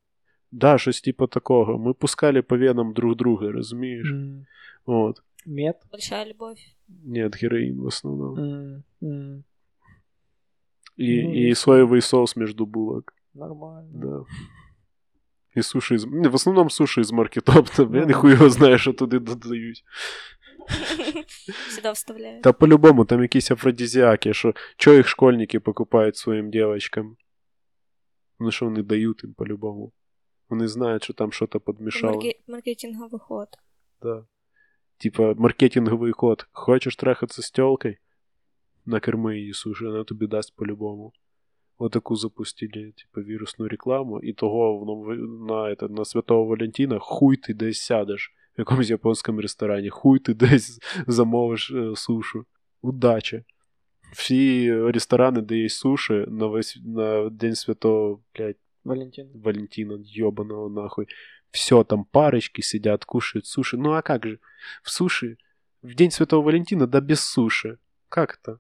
C: Да, щось типу такого. Ми пускали по венам друг друга, розумієш?
A: М,
C: От.
A: Мед?
B: Большая любовь.
C: Ні, героїн в основному.
A: М, м,
C: І,
A: Ну,
C: і
A: ясно.
C: соєвий соус між булок.
A: Нормально.
C: Да. І суші з. Ні, в основному суші з маркетоптом. Я
A: Ну,
C: ніхуя його знаю, що туди додають.
B: Всегда вставляю.
C: Та по-любому там якісь афродизіаки, що чо їх школьники покупають своїм дівчатам? Ну що вони дають їм по-любому. Вони знають, що там щось підмішало.
B: Марке- Маркетинговый ход.
C: Да. Типа маркетинговий код. Хочеш трахатися з тілкою? Накорми її суші, вона тобі дасть по-любому. Отаку запустили, типа, вірусну рекламу, і того воно ви- на, это, на Святого Валентина хуй ти десь сядеш в якомусь японському ресторані, хуй ти десь замовиш е, э, сушу. Удачі. Всі ресторани, де є суші, на, весь, на День Святого, блядь,
A: Валентин.
C: Валентина ебаного нахуй. Все, там парочки сидят, кушают суши. Ну а как же? В суши? В День Святого Валентина, да без суши. Как это?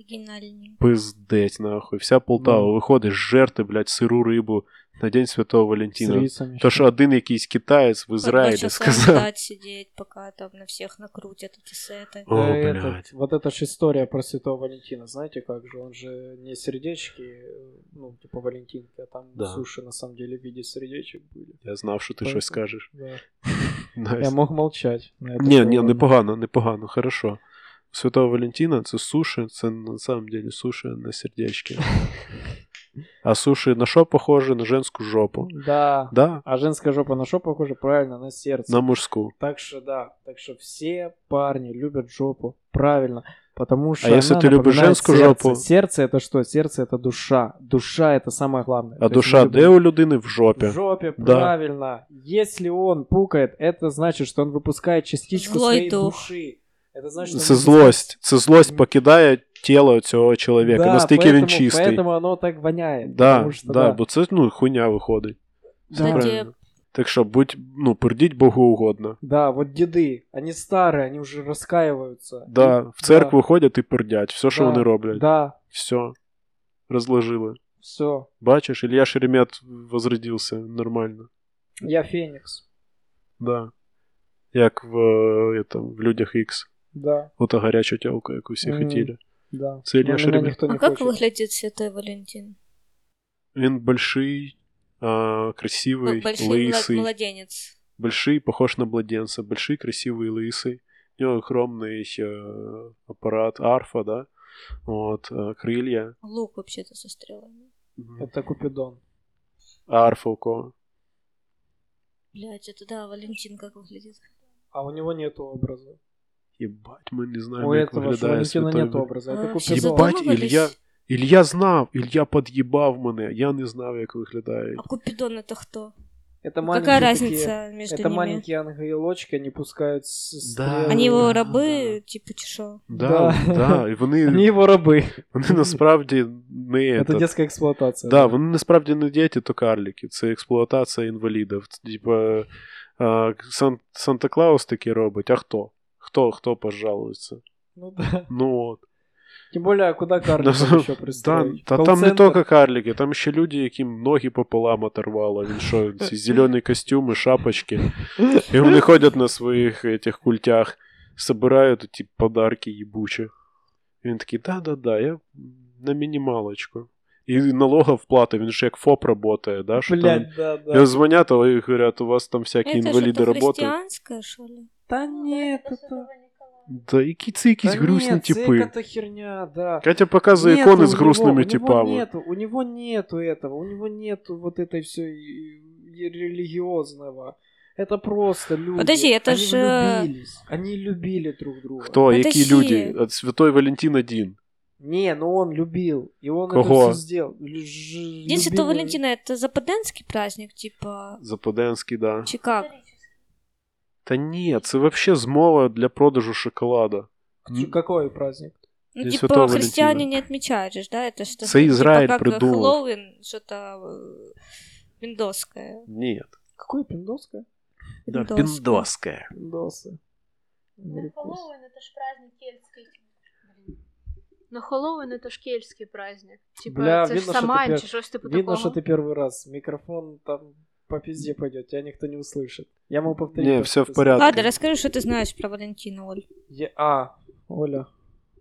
B: Оригинальный.
C: Пиздеть, нахуй. Вся Полтава
A: Ну.
C: виходить з жерти, блядь, сиру рибу на День Святого
A: С
C: Валентина.
A: рисами.
C: То, що один якийсь китаєць в
B: По два
C: Ізраїлі
B: часа
C: сказав.
B: ждать, сидеть, пока там на всех накрутят эти сеты.
C: О,
A: Да,
C: блядь.
A: А этот, вот эта же история про Святого Валентина, знаете как же, он же не сердечки, э, ну, типа Валентинки, а там
C: Да.
A: суши на самом деле в виде сердечек были.
C: Я знав, що ти
A: Поэтому-
C: щось скажеш.
A: Да. Я
C: Настя.
A: мог молчать. на это всё,
C: Ні, ні,
A: ладно.
C: ну, непогано, непогано, хорошо. Святого Валентина це суші, це на самом деле суші на сердечки. А суші на що похоже? На женську жопу.
A: Да.
C: Да,
A: А женская жопа на что похожа? Правильно, на сердце.
C: на мужську.
A: Так что да, так что все парни любят жопу, правильно, потому что
C: А если
A: она
C: ты любишь
A: напоминает
C: женскую
A: сердце.
C: жопу?
A: Сердце это что? Сердце это душа, душа это самое главное.
C: А
A: То есть
C: душа
A: мы
C: де
A: любим-
C: у людини в жопі.
A: Тобто В жопе,
C: Да.
A: правильно. Если он пукает, это значит, что он выпускает частичку
B: Злой
A: своей
B: дух.
A: души. Это значит, что он
C: Це
A: выпускает-
C: злость. Це злость покидає тіло цього чоловіка.
A: Да,
C: Настільки він
A: поэтому-
C: чистий.
A: Поэтому оно так воняет.
C: Да,
A: потому что,
C: да,
A: да.
C: бо це ну, хуйня виходить. Це
A: Да.
C: правильно. Так що будь, ну, пердіть Богу угодно.
A: Да, вот деды, они старые, они уже раскаиваются.
C: Да,
A: И-
C: в церкву ходять і пердять. Все, що
A: Да,
C: вони роблять.
A: Да,
C: Все. Розложили.
A: все.
C: Бачишь, Илья Шеремет возродился нормально.
A: Я Феникс.
C: Да. Як в, э, этом, в людях Ікс.
A: Да.
C: Ота гаряча тявка, яку всі
A: Мгм.
C: хотіли.
A: Да.
C: Це Ілля
A: Но меня
C: Шеремет.
A: никто не
B: А как
A: хочет.
B: выглядит Святой Валентин?
C: Він больший, а, красивий,
B: Ну, Большой млад-
C: лисий.
B: младенец.
C: Больший, похож на младенца. Большой, красивый, лысый. У него огромный э, аппарат арфа, да? Вот, э, крылья.
B: Лук вообще-то со стрелами.
A: Это Купидон.
C: Арфа у кого?
B: Блять, это да, Валентин как выглядит.
A: А у него нету образа.
C: Ебать, мы не знаем,
A: У
C: как
A: этого
C: выглядит
A: ж Валентина
C: святой
A: нет
C: Валентин.
A: образа.
B: Ви
A: Это
B: вообще
A: Купидон.
C: Єбать,
B: задумувались?
C: Ілля- Ілля знав, Ілля під'їбав мене. Я не знав, як виглядає.
B: А Купидон это кто?
A: Это
B: Какая
A: маленькие такие-
B: разница между
A: Это
B: ними?
A: маленькие ангелочки, они пускают с-
C: Да.
A: стрелы.
B: Они его
C: Да,
B: рабы, типа, чи шо?
C: Да,
A: Да.
C: да, і вони,
A: Они его рабы.
C: вони насправді не
A: Это
C: этот.
A: детская експлуатация.
C: Да, вони насправді не діти, то карліки. Це експлуатація інвалідів. Це, Типа а, Сан- Санта-Клаус таке робить, а хто? Хто, хто пожалується?
A: Ну да.
C: Ну от.
A: Тем более, а куда
C: Да,
A: карликов еще
C: да,
A: пристроить?
C: та там не
A: Колл-центр?
C: тільки карліки, там ще люди, яким ноги пополам оторвало. Він що, ці зелені костюми, шапочки. І вони ходять на своїх этих культях, собирають ті подарки їбучі. І він такий, да-да-да, я на мінімалочку. І налогов плата, він ж як ФОП працює, да? що там
A: Блять, да,
C: Я
A: да.
C: звонят, а их говорят, у вас там всякие
B: Ну, Это
C: инвалиды
B: что-то
C: работают.
B: христианское, что ли?
A: Да
D: Нет,
A: нет, это...
C: Да и це якісь
A: Да
C: грустні
A: нет,
C: типи.
A: это херня, да.
C: Катя показує
A: Нету
C: ікони
A: у
C: з
A: него-
C: грустними
A: у него
C: типами.
A: Нету, у него нету этого, у него нету вот этой все религиозного. Это просто люди.
B: Подожди, это
A: Они
B: ж, э,
A: влюбились. Они любили друг друга.
C: Хто? Які
B: Подожди.
C: люди? От Святой Валентин один.
A: Не, ну он любил. И он
C: Кого?
A: это все сделал. День
B: День Святого Валентина это западенский праздник, типа,
C: Западенський, да.
B: чи как?
C: Та ні, це вообще змова для продажу шоколада.
A: Какой праздник?
B: Ну,
C: День
B: типа,
C: Святого
B: христиане
C: Валентина.
B: не отмечают же, да? Это что
C: Це Ізраїль
B: типа, как
C: придумав.
B: Хэллоуин, что-то э, виндовское.
C: Ні.
A: Какое пиндоское?
C: Да,
B: Піндоска.
C: піндоска.
A: Пиндосы. Америкос.
D: Ну, Хэллоуин это ж праздник кельтский.
F: Ну, Хэллоуин это ж кельтський праздник. Типа,
A: Бля,
F: це
A: видно,
F: ж
A: що
F: Самайн
A: тепер-
F: чи щось типу
A: Видно,
F: такого.
A: что ты первый раз. Микрофон там по пизде пойдет, тебя никто не услышит. Я могу повторить.
C: Не,
A: то,
C: всё
A: что
C: в
A: ты
C: порядке.
A: сказал.
B: Ладно, расскажи, что ты знаешь про Валентина, Оль.
A: Я- А, Оля.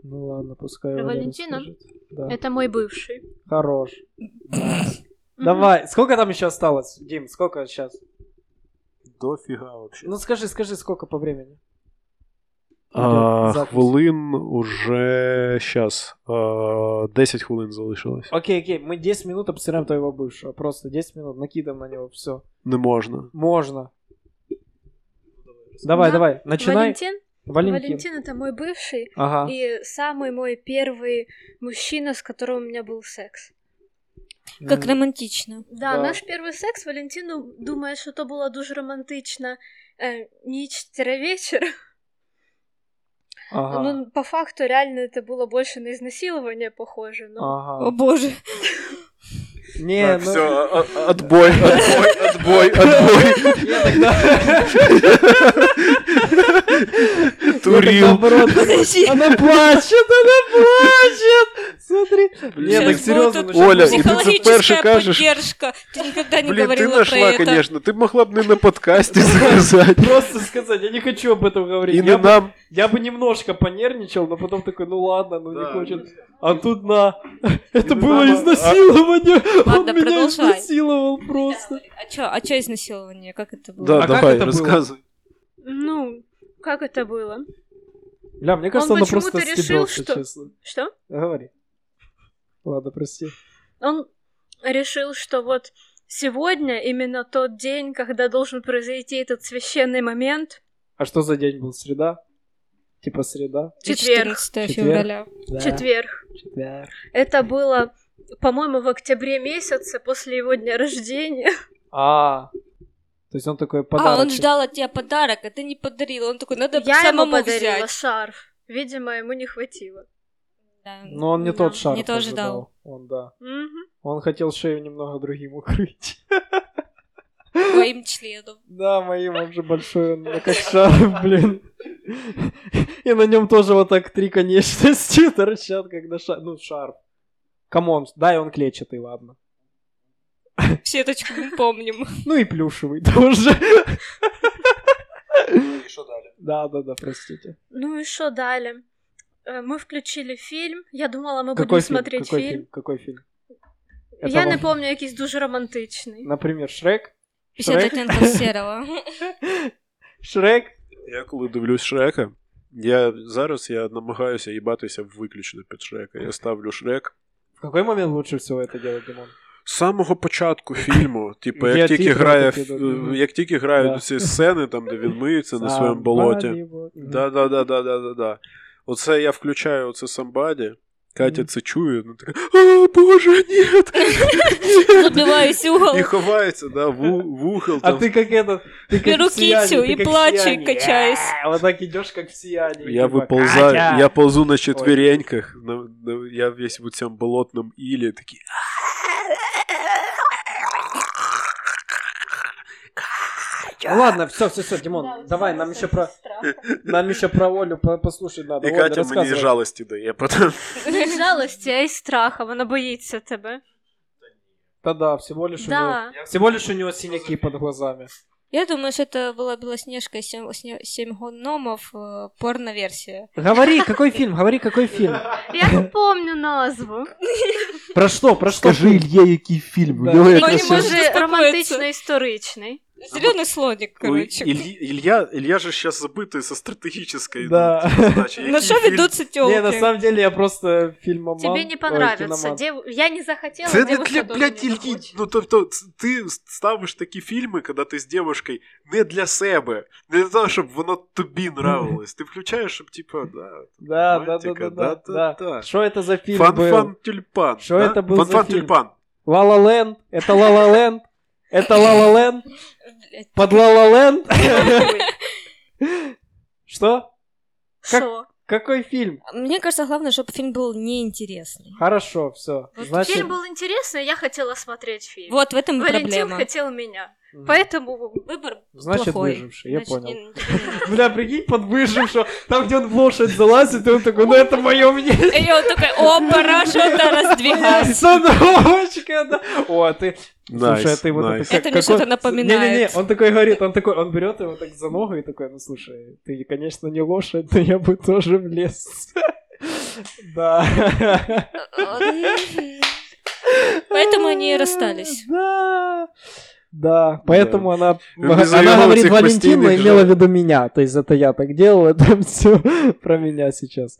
A: Ну ладно, пускай
F: Про
A: Оля
F: Валентина?
A: расскажет. Да.
F: Это мой бывший.
A: Хорош.
F: Мгм.
A: Давай, сколько там еще осталось, Дим? Сколько сейчас?
C: Дофіга вообще.
A: Ну скажи, скажи, сколько по времени?
C: А,
A: Запись.
C: хвилин уже щас. А, 10 хвилин залишилось.
A: Окей, окей, мы 10 минут обсираем твоего бывшего. Просто 10 минут накидываем на него, все.
C: Не можна.
A: Можно. Давай,
F: Да.
A: давай, начинай.
F: Валентин?
A: Валентин. А.
F: Валентин это мой бывший
A: Ага.
F: и самый мой первый мужчина, с которым у меня был секс.
B: Как
A: М.
B: романтично.
F: Да,
A: Да.
F: наш перший секс Валентину думає, що то було дуже романтично. Е, ніч тире вечір.
A: Ага.
F: Ну, по факту, реально, це було більше на ізнасилування, похоже. Ну,
B: О
A: Ага.
B: боже.
A: Не,
C: Так,
A: ну...
C: все, отбой, отбой, отбой, отбой.
A: Я тогда- Я так
C: Турил.
A: наоборот. Она плачет, она плачет. ну, Смотри. ну, Я
C: Блин,
A: так
B: Сейчас
A: серьезно.
B: будет
A: начала.
C: Оля, и ты
B: Психологическая
C: перше кажеш-
B: поддержка. Ты никогда не
C: Блін, ти
B: говорила про
C: знайшла,
B: это.
C: звісно. Ти б могла б не на подкасті сказати.
A: Просто сказать, я не хочу об этом говорить.
C: І не
A: Я бы, А
C: нам.
A: я бы немножко понервничал, но потом такой, ну ладно, ну
C: Да.
A: не хочет. А тут на. Это
C: Ну,
A: было
C: да,
A: изнасилование. Он меня
B: Ладно, продолжай.
A: изнасиловал просто.
B: А чё, а чё изнасилование? Как это было?
C: Да,
A: А как
C: давай,
A: это було?
C: розказуй.
F: ну как это было?
A: Бля, мне кажется,
F: Он
A: она просто
F: почему-то решил,
A: стебется,
F: что-
A: честно.
F: Что?
A: Говори. Ладно, прости.
F: Он решил, что вот сегодня именно тот день, когда должен произойти этот священный момент.
A: А что за день был? Среда? Типа среда?
F: Четверг.
B: 14
A: Четверг.
B: февраля. А,
A: Да.
F: Четверг.
A: Четверг.
F: Это было, по-моему, в октябре месяце после его дня рождения.
A: А, то есть он такой подарок.
B: А, он ждал от тебя подарок, а ты не подарила. Он такой, надо
F: Я ему
B: самому
F: подарила
B: взять.
F: шарф. Видимо, ему не хватило.
B: Да.
A: Но Ну, он не
B: Да,
A: тот шар.
B: Не то ждал.
A: Он, да.
F: Мгм.
A: Он хотел шею немного другим укрыть.
B: Твоим членом.
A: Да, моим, он же большой, он ну, как шар, блин. И на нем тоже вот так три конечности торчат, когда шар. Ну, шар. Камон, дай он клетчатый, ладно.
B: Сеточку мы помним.
A: Ну и плюшевый тоже. Да, да, да, простите.
F: Ну и что далее? э, мы включили фильм. Я думала, ми
A: Какой
F: будемо
A: фильм?
F: смотреть
A: Какой
F: фільм.
A: фільм? Какой фільм? Это
F: Я не
A: вам-
F: помню якийсь дуже романтичний.
A: Наприклад, Шрек?
B: Пятьдесят
A: Шрек?
B: оттенков серого.
A: Шрек?
C: Я коли дивлюсь Шрека, я зараз я намагаюся їбатися виключно під Шрека. Я ставлю Шрек.
A: В какой момент лучше всего это делать, Димон?
C: З самого початку фільму, типу,
A: Я
C: як тільки
A: тітри
C: грає,
A: такі,
C: ф-
A: да, мгм.
C: як тільки грають
A: Да.
C: ці сцени, там, де він миється на своєму болоті. Да, да, да, да, да, да, да. Оце я включаю оце самбаді. Катя
A: Мгм.
C: це чує, вона така, о, боже, ні!
B: Забиваюсь угол.
C: І ховається, да, в, в ухил
A: А
C: там.
A: ты как этот... Ты как
B: Беру
A: в сиянии,
B: кисю
A: ты
B: и
A: как в
B: плачу, и
A: сиянии.
B: качаюсь.
A: Э, Вот так идешь, как в сиянии.
C: Я
A: типа,
C: виползаю,
A: «Катя!»
C: я ползу на четвереньках, на, на- я весь в цьому болотному ілі, такий.
A: Ну Ладно, все, все, все, Димон,
D: Да,
A: давай,
D: вот
A: нам
D: это
A: еще про...
D: страх.
A: Нам еще про Олю по- послушать надо.
C: І
A: Оля,
C: Катя мені
A: А, ну рассказывай.
C: жалості дає потім.
F: Не з жалості, а й страха. Вона боїться тебе.
A: Да, да, всего лишь у
F: Да.
A: него... Всего лишь у него синяки под глазами.
B: Я думаю, что это была Белоснежка и семь, сне- семь гномов, э, порно-версия.
A: Говори, какой фильм, говори, какой фильм.
F: Я не помню назву.
A: Про что, про что?
G: Скажи
A: фильм?
G: Ільє, який фільм.
A: Да.
G: У нього
A: Ой,
G: якраз
B: не
G: щось-
B: може-
F: Може,
B: успокоїться.
F: романтично-історичний.
B: Зеленый слоник,
C: Ой,
B: короче.
C: Іль- Ілья, Ілья же зараз забитий со стратегічної
A: Да.
C: ну, задачі.
B: На
C: Який
B: что
C: фільм?
B: ведутся
A: Не, на
B: телки?
A: самом деле я просто фильмоман.
F: Тебе не
A: ой,
F: понравится.
A: киноман.
F: Дев- Я не захотела,
C: Це не
F: девушка
C: для,
F: тоже
C: блядь,
F: не
C: Ільї.
F: захоче.
C: Ну тобто, ц- ти ставиш такі фільми, коли ти з дівчинкою, не для себе, не для того, щоб воно тобі нравилось. Ти включаєш, щоб типа, да,
A: Да, да, да,
C: романтика,
A: да, да,
C: да.
A: да. Что это за фильм был?
C: Фан-фан тюльпан.
A: Що
C: да?
A: это був за
C: Фан-фан
A: фільм?
C: тюльпан.
A: Лала Ленд, это Лала Ленд, это Лала Ленд, под Лала Ленд. Что? Как-
F: Шо?
A: Какой фильм?
B: Мне кажется, главное, чтобы фильм был неинтересный.
A: Хорошо, все.
B: Вот
A: Значит,
F: Фильм был интересный, я хотела смотреть фильм.
B: Вот в этом и
F: Валентин
B: проблема.
F: хотел меня.
A: мгм.
F: Поэтому выбор
A: Значит,
B: плохой.
A: выживший, я
B: Значит,
A: понял.
B: не- тебе не надо.
A: Бля, прикинь, под выжившего, там, где он в лошадь залазит, и он такой, ну это мое мнение.
B: И он такой, о, пора что-то раздвигать.
A: Сыночка, да. О, а ты... Слушай, а ты вот
C: найс.
A: как-
B: Это мне
A: как
B: что-то
A: он-
B: напоминает.
A: Не-не-не, он такой говорит, он такой, он берет его так за ногу и такой, ну слушай, ты, конечно, не лошадь, но я бы тоже влез. Да.
B: Мгм. Поэтому они и расстались.
A: Да. Да, поэтому она,
C: Без её
A: она говорит
C: этих
A: Валентина
C: постельных
A: имела в
C: жен.
A: виду меня. То есть это я так делал, это все про меня сейчас.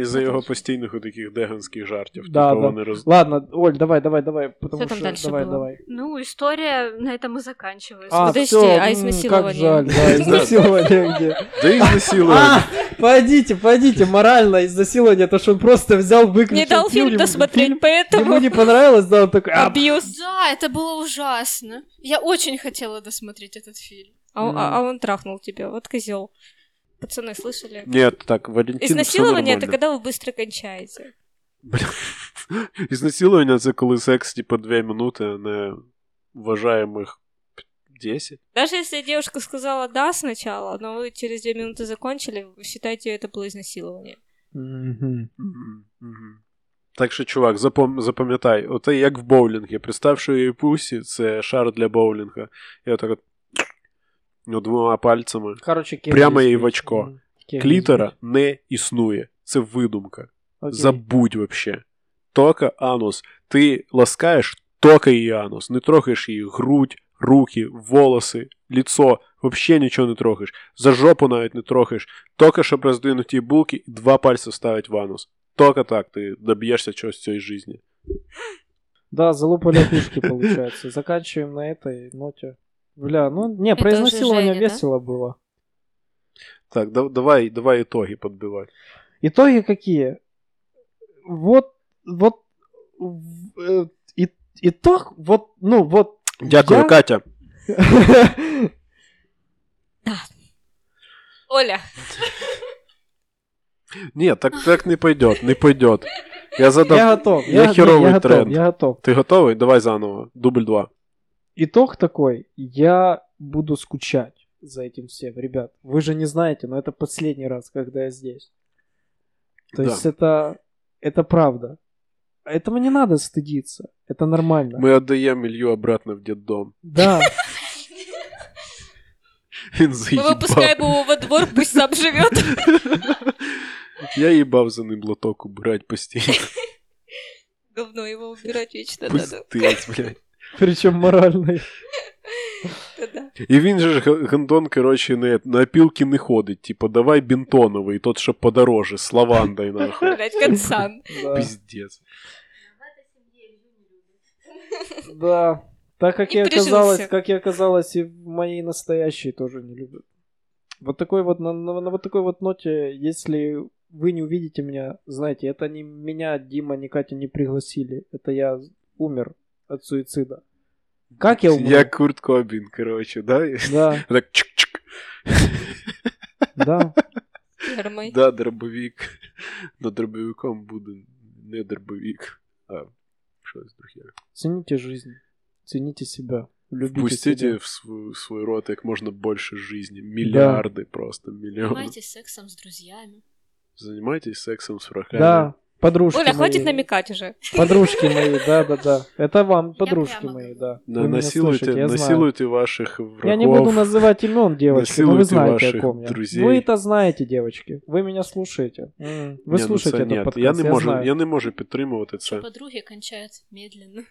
C: Із-за його постійних таких типа деганських жартів.
A: Да,
C: типу,
A: да.
C: вони роз...
A: Ладно, Оль, давай, давай, давай, потому
B: Что там
A: что
B: дальше
A: давай,
B: было?
A: давай.
F: Ну, история на этом и заканчивается.
A: А,
B: Подожди,
A: всё,
B: а
A: м,
B: изнасилование?
A: Как жаль, да, изнасилование где?
C: Да і знасилування.
A: А, пойдите, пойдите, морально изнасилование, то, что он просто взял, выключил
B: Не дал фильм
A: ему-
B: досмотреть,
A: фильм Ему
B: поэтому
A: не понравилось, да, он такой, а,
B: абьюз.
E: Да, это было ужасно. Я очень хотела досмотреть этот фильм.
B: А он- А а он трахнул тебя, вот козел. Пацаны, слышали?
C: Ні, так, Валентин
B: Изнасилование
C: Изнасилование
B: это когда вы быстро кончаете.
C: Ізнасилування це коли секс, типу, 2 минути, а не вважаємих 10.
B: Даже если девушка сказала да сначала, но вы через две минуты закончили, вы считаете это было изнасилование.
A: Мгм.
C: Так що, чувак, запам- запам'ятай, оце як в боулінгі. Представ, що її пусі це шар для боулінга. І отак от ну, двома пальцами.
A: Короче, кем
C: Прямо
A: есть
C: ей в
A: быть.
C: очко.
A: Мгм. Кем
C: Клітера
A: есть
C: не існує. Це видумка.
A: быть. Окей.
C: Забудь вообще. Тока анус. Ти ласкаєш тока її анус. Не трогаєш її грудь, руки, волоси, ліцо. Вообще нічого не трогаєш. За жопу навіть не трогаєш. Тока, щоб роздвинуть її булки, і два пальці ставить в анус. Тока так, ти доб'єшся чогось в цій житті.
A: Да, залупали опушки, получается. Заканчиваем на этой ноте. Бля, ну, не,
B: Это
A: про
B: уже
A: изнасилование
B: Женя, да?
A: весело было.
C: Так, да- давай, давай ітоги підбивай.
A: Итоги какие? Вот, вот, в- э, и- итог, вот, ну, вот.
C: Дякую,
A: Я-
C: Катя.
B: Оля,
C: Ні, так, так не пойдет, не пойдет. Я задав.
A: Я готов.
C: Я
A: не,
C: херовый
A: готов,
C: тренд.
A: Я готов.
C: Ти готовий? Давай заново. Дубль 2.
A: Итог такой. Я буду скучать за этим всем, ребят. Вы же не знаете, но это последний раз, когда я здесь. То
C: Да.
A: есть это, это правда. Этого не надо стыдиться. Это нормально.
C: Ми віддаємо Ілью обратно в дитдом.
A: Да.
C: Він
B: мы
C: заїбав.
B: выпускаем его во двор, пусть сам живет.
C: Я їбав за ним лоток убирать постійно.
B: Говно его убирать вечно надо.
C: Пиздець, блядь.
A: Причем моральный.
B: Да-да.
C: І він же ж г- гандон, коротше, не, на опілки не ходить. Типа, давай бінтоновий, тот, що подороже, з лавандою, нахуй.
B: Блять, консан.
A: Да.
C: Пиздец.
A: Да. Так как
B: И
A: и оказалось,
B: прижился.
A: как и оказалось, и в моей настоящей тоже не любят. Вот такой вот, на, на- на вот такой вот ноте, если вы не увидите меня, знаете, это не меня, Дима, не Катя не пригласили. Это я умер от суицида. Как я умру?
C: Я Курт Кобін, коротше, да?
A: Да,
C: Так чик-чик.
A: да.
B: Нормально.
C: Да, дробовик. Но дробовиком буде не дробовик, а щось друге.
A: Цените жизнь, цените себя, любите
C: Впустите
A: себя.
C: в свою, свой рот як можна більше житті. Мільярди просто, мільйони.
E: Занимайтесь сексом с друзьями.
C: Занимайтесь сексом з врагами.
A: Да, подружки
B: Оля,
A: мои.
B: хватит намекать уже.
A: Подружки мои, да, да, да. Это вам, подружки
E: прямо
A: мои,
E: говорю.
A: да.
C: На-
A: Вы меня
C: насилуйте,
A: слышите, я знаю.
C: насилуйте ваших врагов. ну
A: Я не буду называть имен, девочки, но вы
C: насилуйте
A: знаете,
C: ваших
A: о ком я.
C: друзей.
A: Вы это знаете, девочки. Вы меня слушаете. М, Вы
C: Ні, ну
A: слушаете
C: це
A: этот
C: ні.
A: подкаст,
C: я не можу,
A: знаю.
C: я не можу підтримувати це.
E: Что подруги кончают медленно.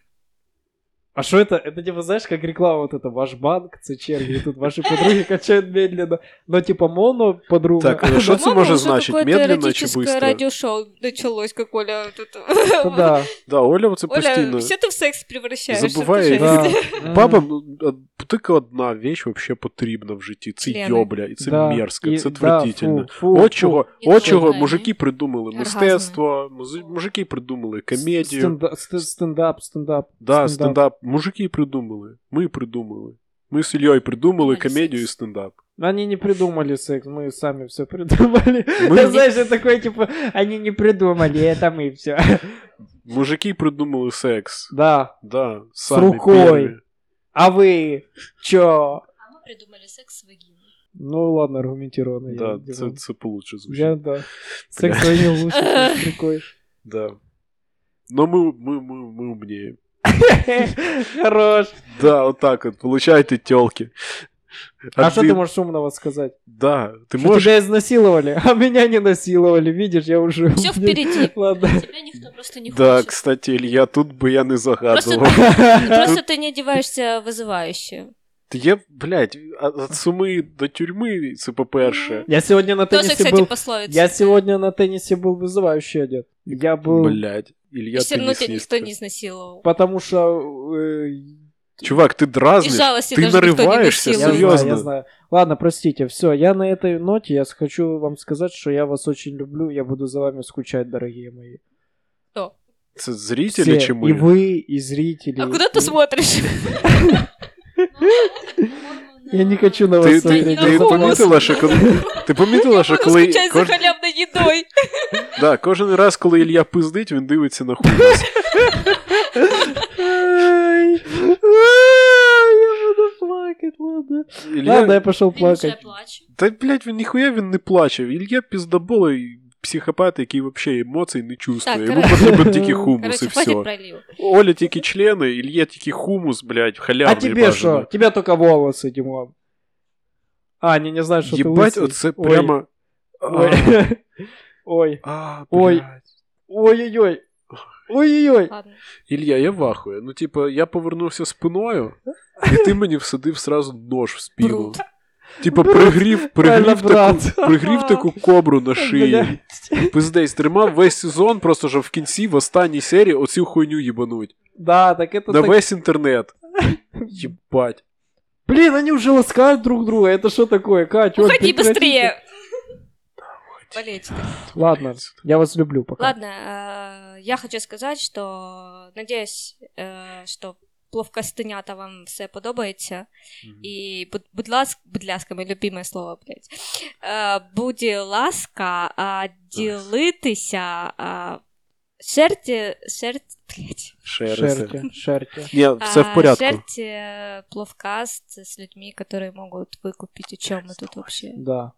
A: А что это? Это типа, знаешь, как реклама вот это, ваш банк, це черги, и тут ваши подруги качают медленно. Но типа моно подруга.
C: Так, а що це
B: По-моему,
C: може
B: уже
C: значить?
B: какое-то
C: Медленно чи
B: эротическое
C: швидко?
B: радиошоу началось, как Оля тут...
A: Это да.
C: Да, Оля це
B: Оля,
C: постійно.
B: все ты в секс превращаешь.
C: Забываю.
B: это
A: да.
B: жесть.
A: М,
C: Бабам ну, од- тільки одна віч взагалі потрібна в житті. Це
B: Члени.
C: йобля, і це
A: да,
C: мерзко,
A: и-
C: це
A: да,
C: твердительно.
A: фу, фу,
C: от
A: фу.
C: чого,
E: І
C: от чого
E: оргазми.
C: мужики придумали
E: Оргазми.
C: мистецтво, музи- мужики придумали комедію.
A: Стенда- ст- Стендап, стендап.
C: да, стендап. Мужики придумали. Ми придумали. Ми з Ільєю придумали
E: Придумали
C: комедію і
E: секс.
C: стендап.
A: Они не придумали секс, мы сами все придумали.
C: Мы-
A: Знаешь, я такой, типа, они не придумали, это мы все.
C: Мужики придумали секс.
A: Да,
C: Да,
A: С
C: самі
A: рукою.
C: перві.
A: А вы чё?
E: А мы придумали секс с вагиной.
A: Ну ладно, аргументированно. я
C: Да, це,
A: делаю.
C: це получше звучить.
A: Я, да. Секс вдвоём лучше, чем с рукой.
C: Да. Но мы, мы, мы, мы умнее.
A: Хорош.
C: Да, вот так вот. Получайте телки.
A: А что ты можешь умного сказать?
C: Да, ты
A: Что
C: можешь...
A: тебя изнасиловали, а меня не насиловали. Видишь, я уже...
B: Всё впереди.
A: Ладно.
E: Тебя никто просто не
C: Да,
E: хочет.
C: кстати, Илья, тут бы я не загадывал.
B: Просто ты не одеваешься вызывающе.
C: Я, блядь, а, от от суми до тюрьмы, це по-перше.
A: Я сегодня на
B: Тоже,
A: теннисе
B: кстати,
A: был...
B: пословица.
A: Я сегодня на теннисе был вызывающе одет. Я был...
C: Блядь, Илья,
B: И все
C: ты
B: равно
C: не
B: тебя никто не
C: снистый.
B: изнасиловал.
A: Потому что... э,
C: Чувак, ты
B: И
C: дразнишь.
B: жалости
C: ты
B: даже никто не
C: нарываешься,
A: Я
B: насиловал.
A: знаю, я
C: Серьёзно?
A: знаю. Ладно, простите, все. Я на этой ноте я хочу вам сказать, что я вас очень люблю. Я буду за вами скучать, дорогие мои.
C: Це
A: Все,
C: зрители, чем
A: и вы, и зрители.
B: А куда ты
A: и-
B: смотришь?
A: Я не ну, хочу на вас
C: Ти, ти,
A: смотреть.
C: ти,
B: Я голос.
C: помітила, що коли, ти помітила, що
B: Буду
C: коли
B: скучать Ну, за
C: кож-
B: халявной едой.
C: да, кожен раз, коли Ілья пиздить, він дивиться на хуй. нас.
A: Ай, ай, Я буду плакать, ладно.
C: Ілья-
A: Ладно, я пошел
E: Він вже
A: плакать.
E: плаче.
C: Та, блядь, він ніхуя він не плаче. Ілья піздоболий психопат, який взагалі емоцій не чувствує.
B: Так,
C: Йому
A: коротше.
C: потрібен тільки хумус і
B: Короче, хватит
C: все.
B: пролива.
C: Оля тільки члени, Ілья тільки хумус, блядь,
A: А
C: халявний
A: тебе что? Тебя только волосы, Димон. А, не, не знаю, что ты
C: Єбать,
A: лысый.
C: оце
A: Ой,
C: прямо.
A: Ой. Ой.
C: А,
A: Ой.
C: блядь.
A: Ой-ой-ой. Ой-ой-ой.
B: Ладно.
C: Ілья, я вахую. Ну, типа, я повернувся спиною, і ти мені всадив сразу нож в спину.
B: Брут.
C: Типа,
A: Брут.
C: пригрів, пригрів,
A: Правильно,
C: таку,
A: брат.
C: пригрів таку кобру на шиї.
A: Блядь.
C: Пиздець, тримав весь сезон, просто вже в кінці, в останній серії, оцю хуйню їбануть.
A: Да, так это
C: На
A: так
C: весь інтернет. Єбать.
A: Блин, они уже ласкают друг друга. Это что такое, Кать? Оль,
B: Уходи
A: прекратите.
B: быстрее. Болеть.
A: Ладно, я вас люблю пока.
B: Ладно, э, я хочу сказати, що надіюсь, е, що пловкостинята э, вам все подобається. І будь, будь ласка, будь ласка, моє любиме слово, блядь. Е, будь ласка, а, ділитися. А, шерті, шерті, блядь.
C: Шерсти.
A: Шерти, шерти.
C: Ні, все в
B: А,
C: порядку.
B: Шерьте пловкаст з людьми, які можуть викупити, у чому ми тут вообще.
A: Да.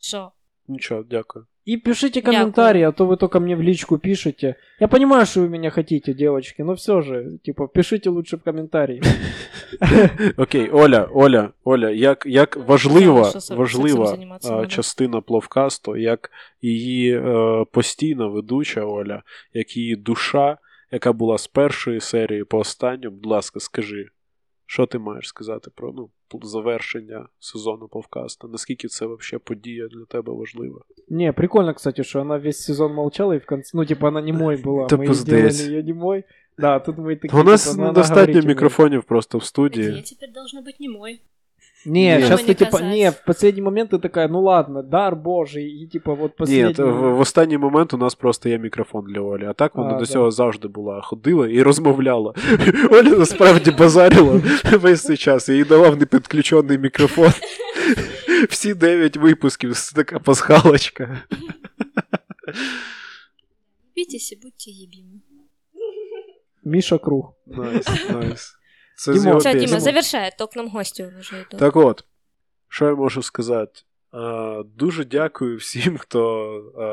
B: Що?
C: Нічого, дякую.
A: И пишите
B: Дякую.
A: комментарии, а то вы только мне в личку пишете. Я понимаю, что вы меня хотите, девочки, но все же, типа, пишите лучше в комментарії.
C: Окей, Оля, Оля, Оля, як, як важлива,
B: Ну, Що сексом
C: важлива
B: займатися
C: е,
B: надо.
C: частина пловкасту, як її е, постійна ведуча Оля, як її душа, яка була з першої серії по останню, будь ласка, скажи, що ти маєш сказати про ну, пл- завершення сезону пловкаста? Наскільки це взагалі подія для тебе важлива?
A: Не, прикольно, кстати, что она весь сезон молчала и в конце, ну, типа, она немой была.
C: Да
A: мы
C: пиздец.
A: сделали ее немой. Да, тут мы такие...
C: У нас
A: типа, ну, она
C: недостатньо
A: говорить умеет.
C: мікрофонів просто в
E: Я
C: студії.
E: теперь должна быть немой.
A: Не,
C: Нет.
A: сейчас ты
E: Не
A: типа,
E: казаться.
A: не, в последний момент ты такая, ну ладно, дар божий, и типа вот
C: Ні,
A: последний.
C: то в, в останній момент у нас просто є мікрофон для Олі, а так вона
A: А,
C: до
A: да.
C: цього завжди була, ходила і розмовляла. Оля насправді базарила весь цей час, я їй давав непідключений мікрофон. Всі дев'ять випусків, це така пасхалочка.
E: Битесь и будьте ебимы.
A: Миша Круг.
C: Найс, найс. Це
A: Дімо,
C: з його
A: Всё,
B: Все,
A: Окей,
B: Дима,
A: Дімо,
C: пісні.
B: завершай, а то к нам гости уже идут.
C: ну. Так от, що я можу сказати? Е, дуже дякую всім, хто е,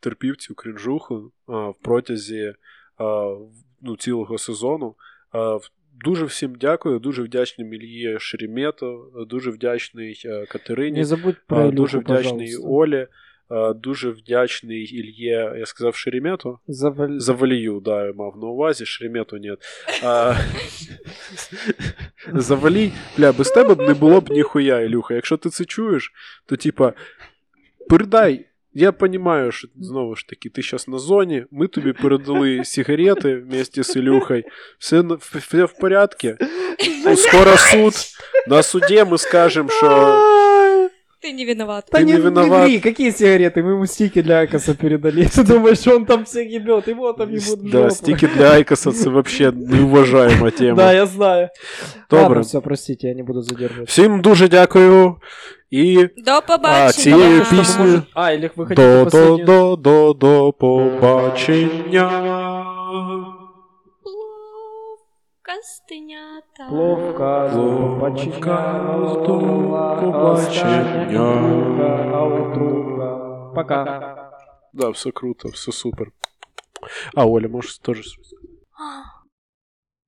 C: терпів цю крінжуху е, в протязі е, в- ну, цілого сезону. Е, в- дуже всім дякую, дуже вдячний Мільє Шеремето, е, дуже вдячний е, Катерині,
A: Не забудь
C: е,
A: про Илюху,
C: дуже вдячний
A: пожалуйста.
C: Олі, е, дуже вдячний Ільє, я сказав Шеремето.
A: Завал-
C: За Валію, да, я мав на увазі, Шеремету нет. А... За Валій, бля, без тебе б не було б ніхуя, Ілюха. Якщо ти це чуєш, то типа передай. Я розумію, що знову ж таки, ти зараз на зоні, ми тобі передали сигарети вместе з Ілюхою. Все, на- в- все в порядку. Ну, Скоро суд. На суді ми скажемо, що
A: Ай,
B: Ты не виноват.
A: А, Да
C: Ты
A: не,
C: не
A: не
C: виноват.
A: ври, какие сигареты? Мы ему стики для Акаса передали. Ты думаешь, он там все ебет, его там ебут в
C: да,
A: жопу.
C: стики для Айкоса це взагалі неуважаема тема.
A: Да, я знаю.
C: Добре.
A: Ладно, все, простите, я не буду задерживать.
C: Всім дуже дякую. І
B: До
C: А, цією
B: побачення.
A: Что-то
C: піснею-
A: может- А, или вы хотите
C: до, до,
A: последнюю-
C: до, до, до побачення.
B: Плов, Костенята.
A: Пловка,
C: Пловка,
A: зубочка,
C: зубочка,
A: остання, аутруга. а Пока.
C: Да, все круто, все супер. А, Оля, можеш теж щось?
E: А,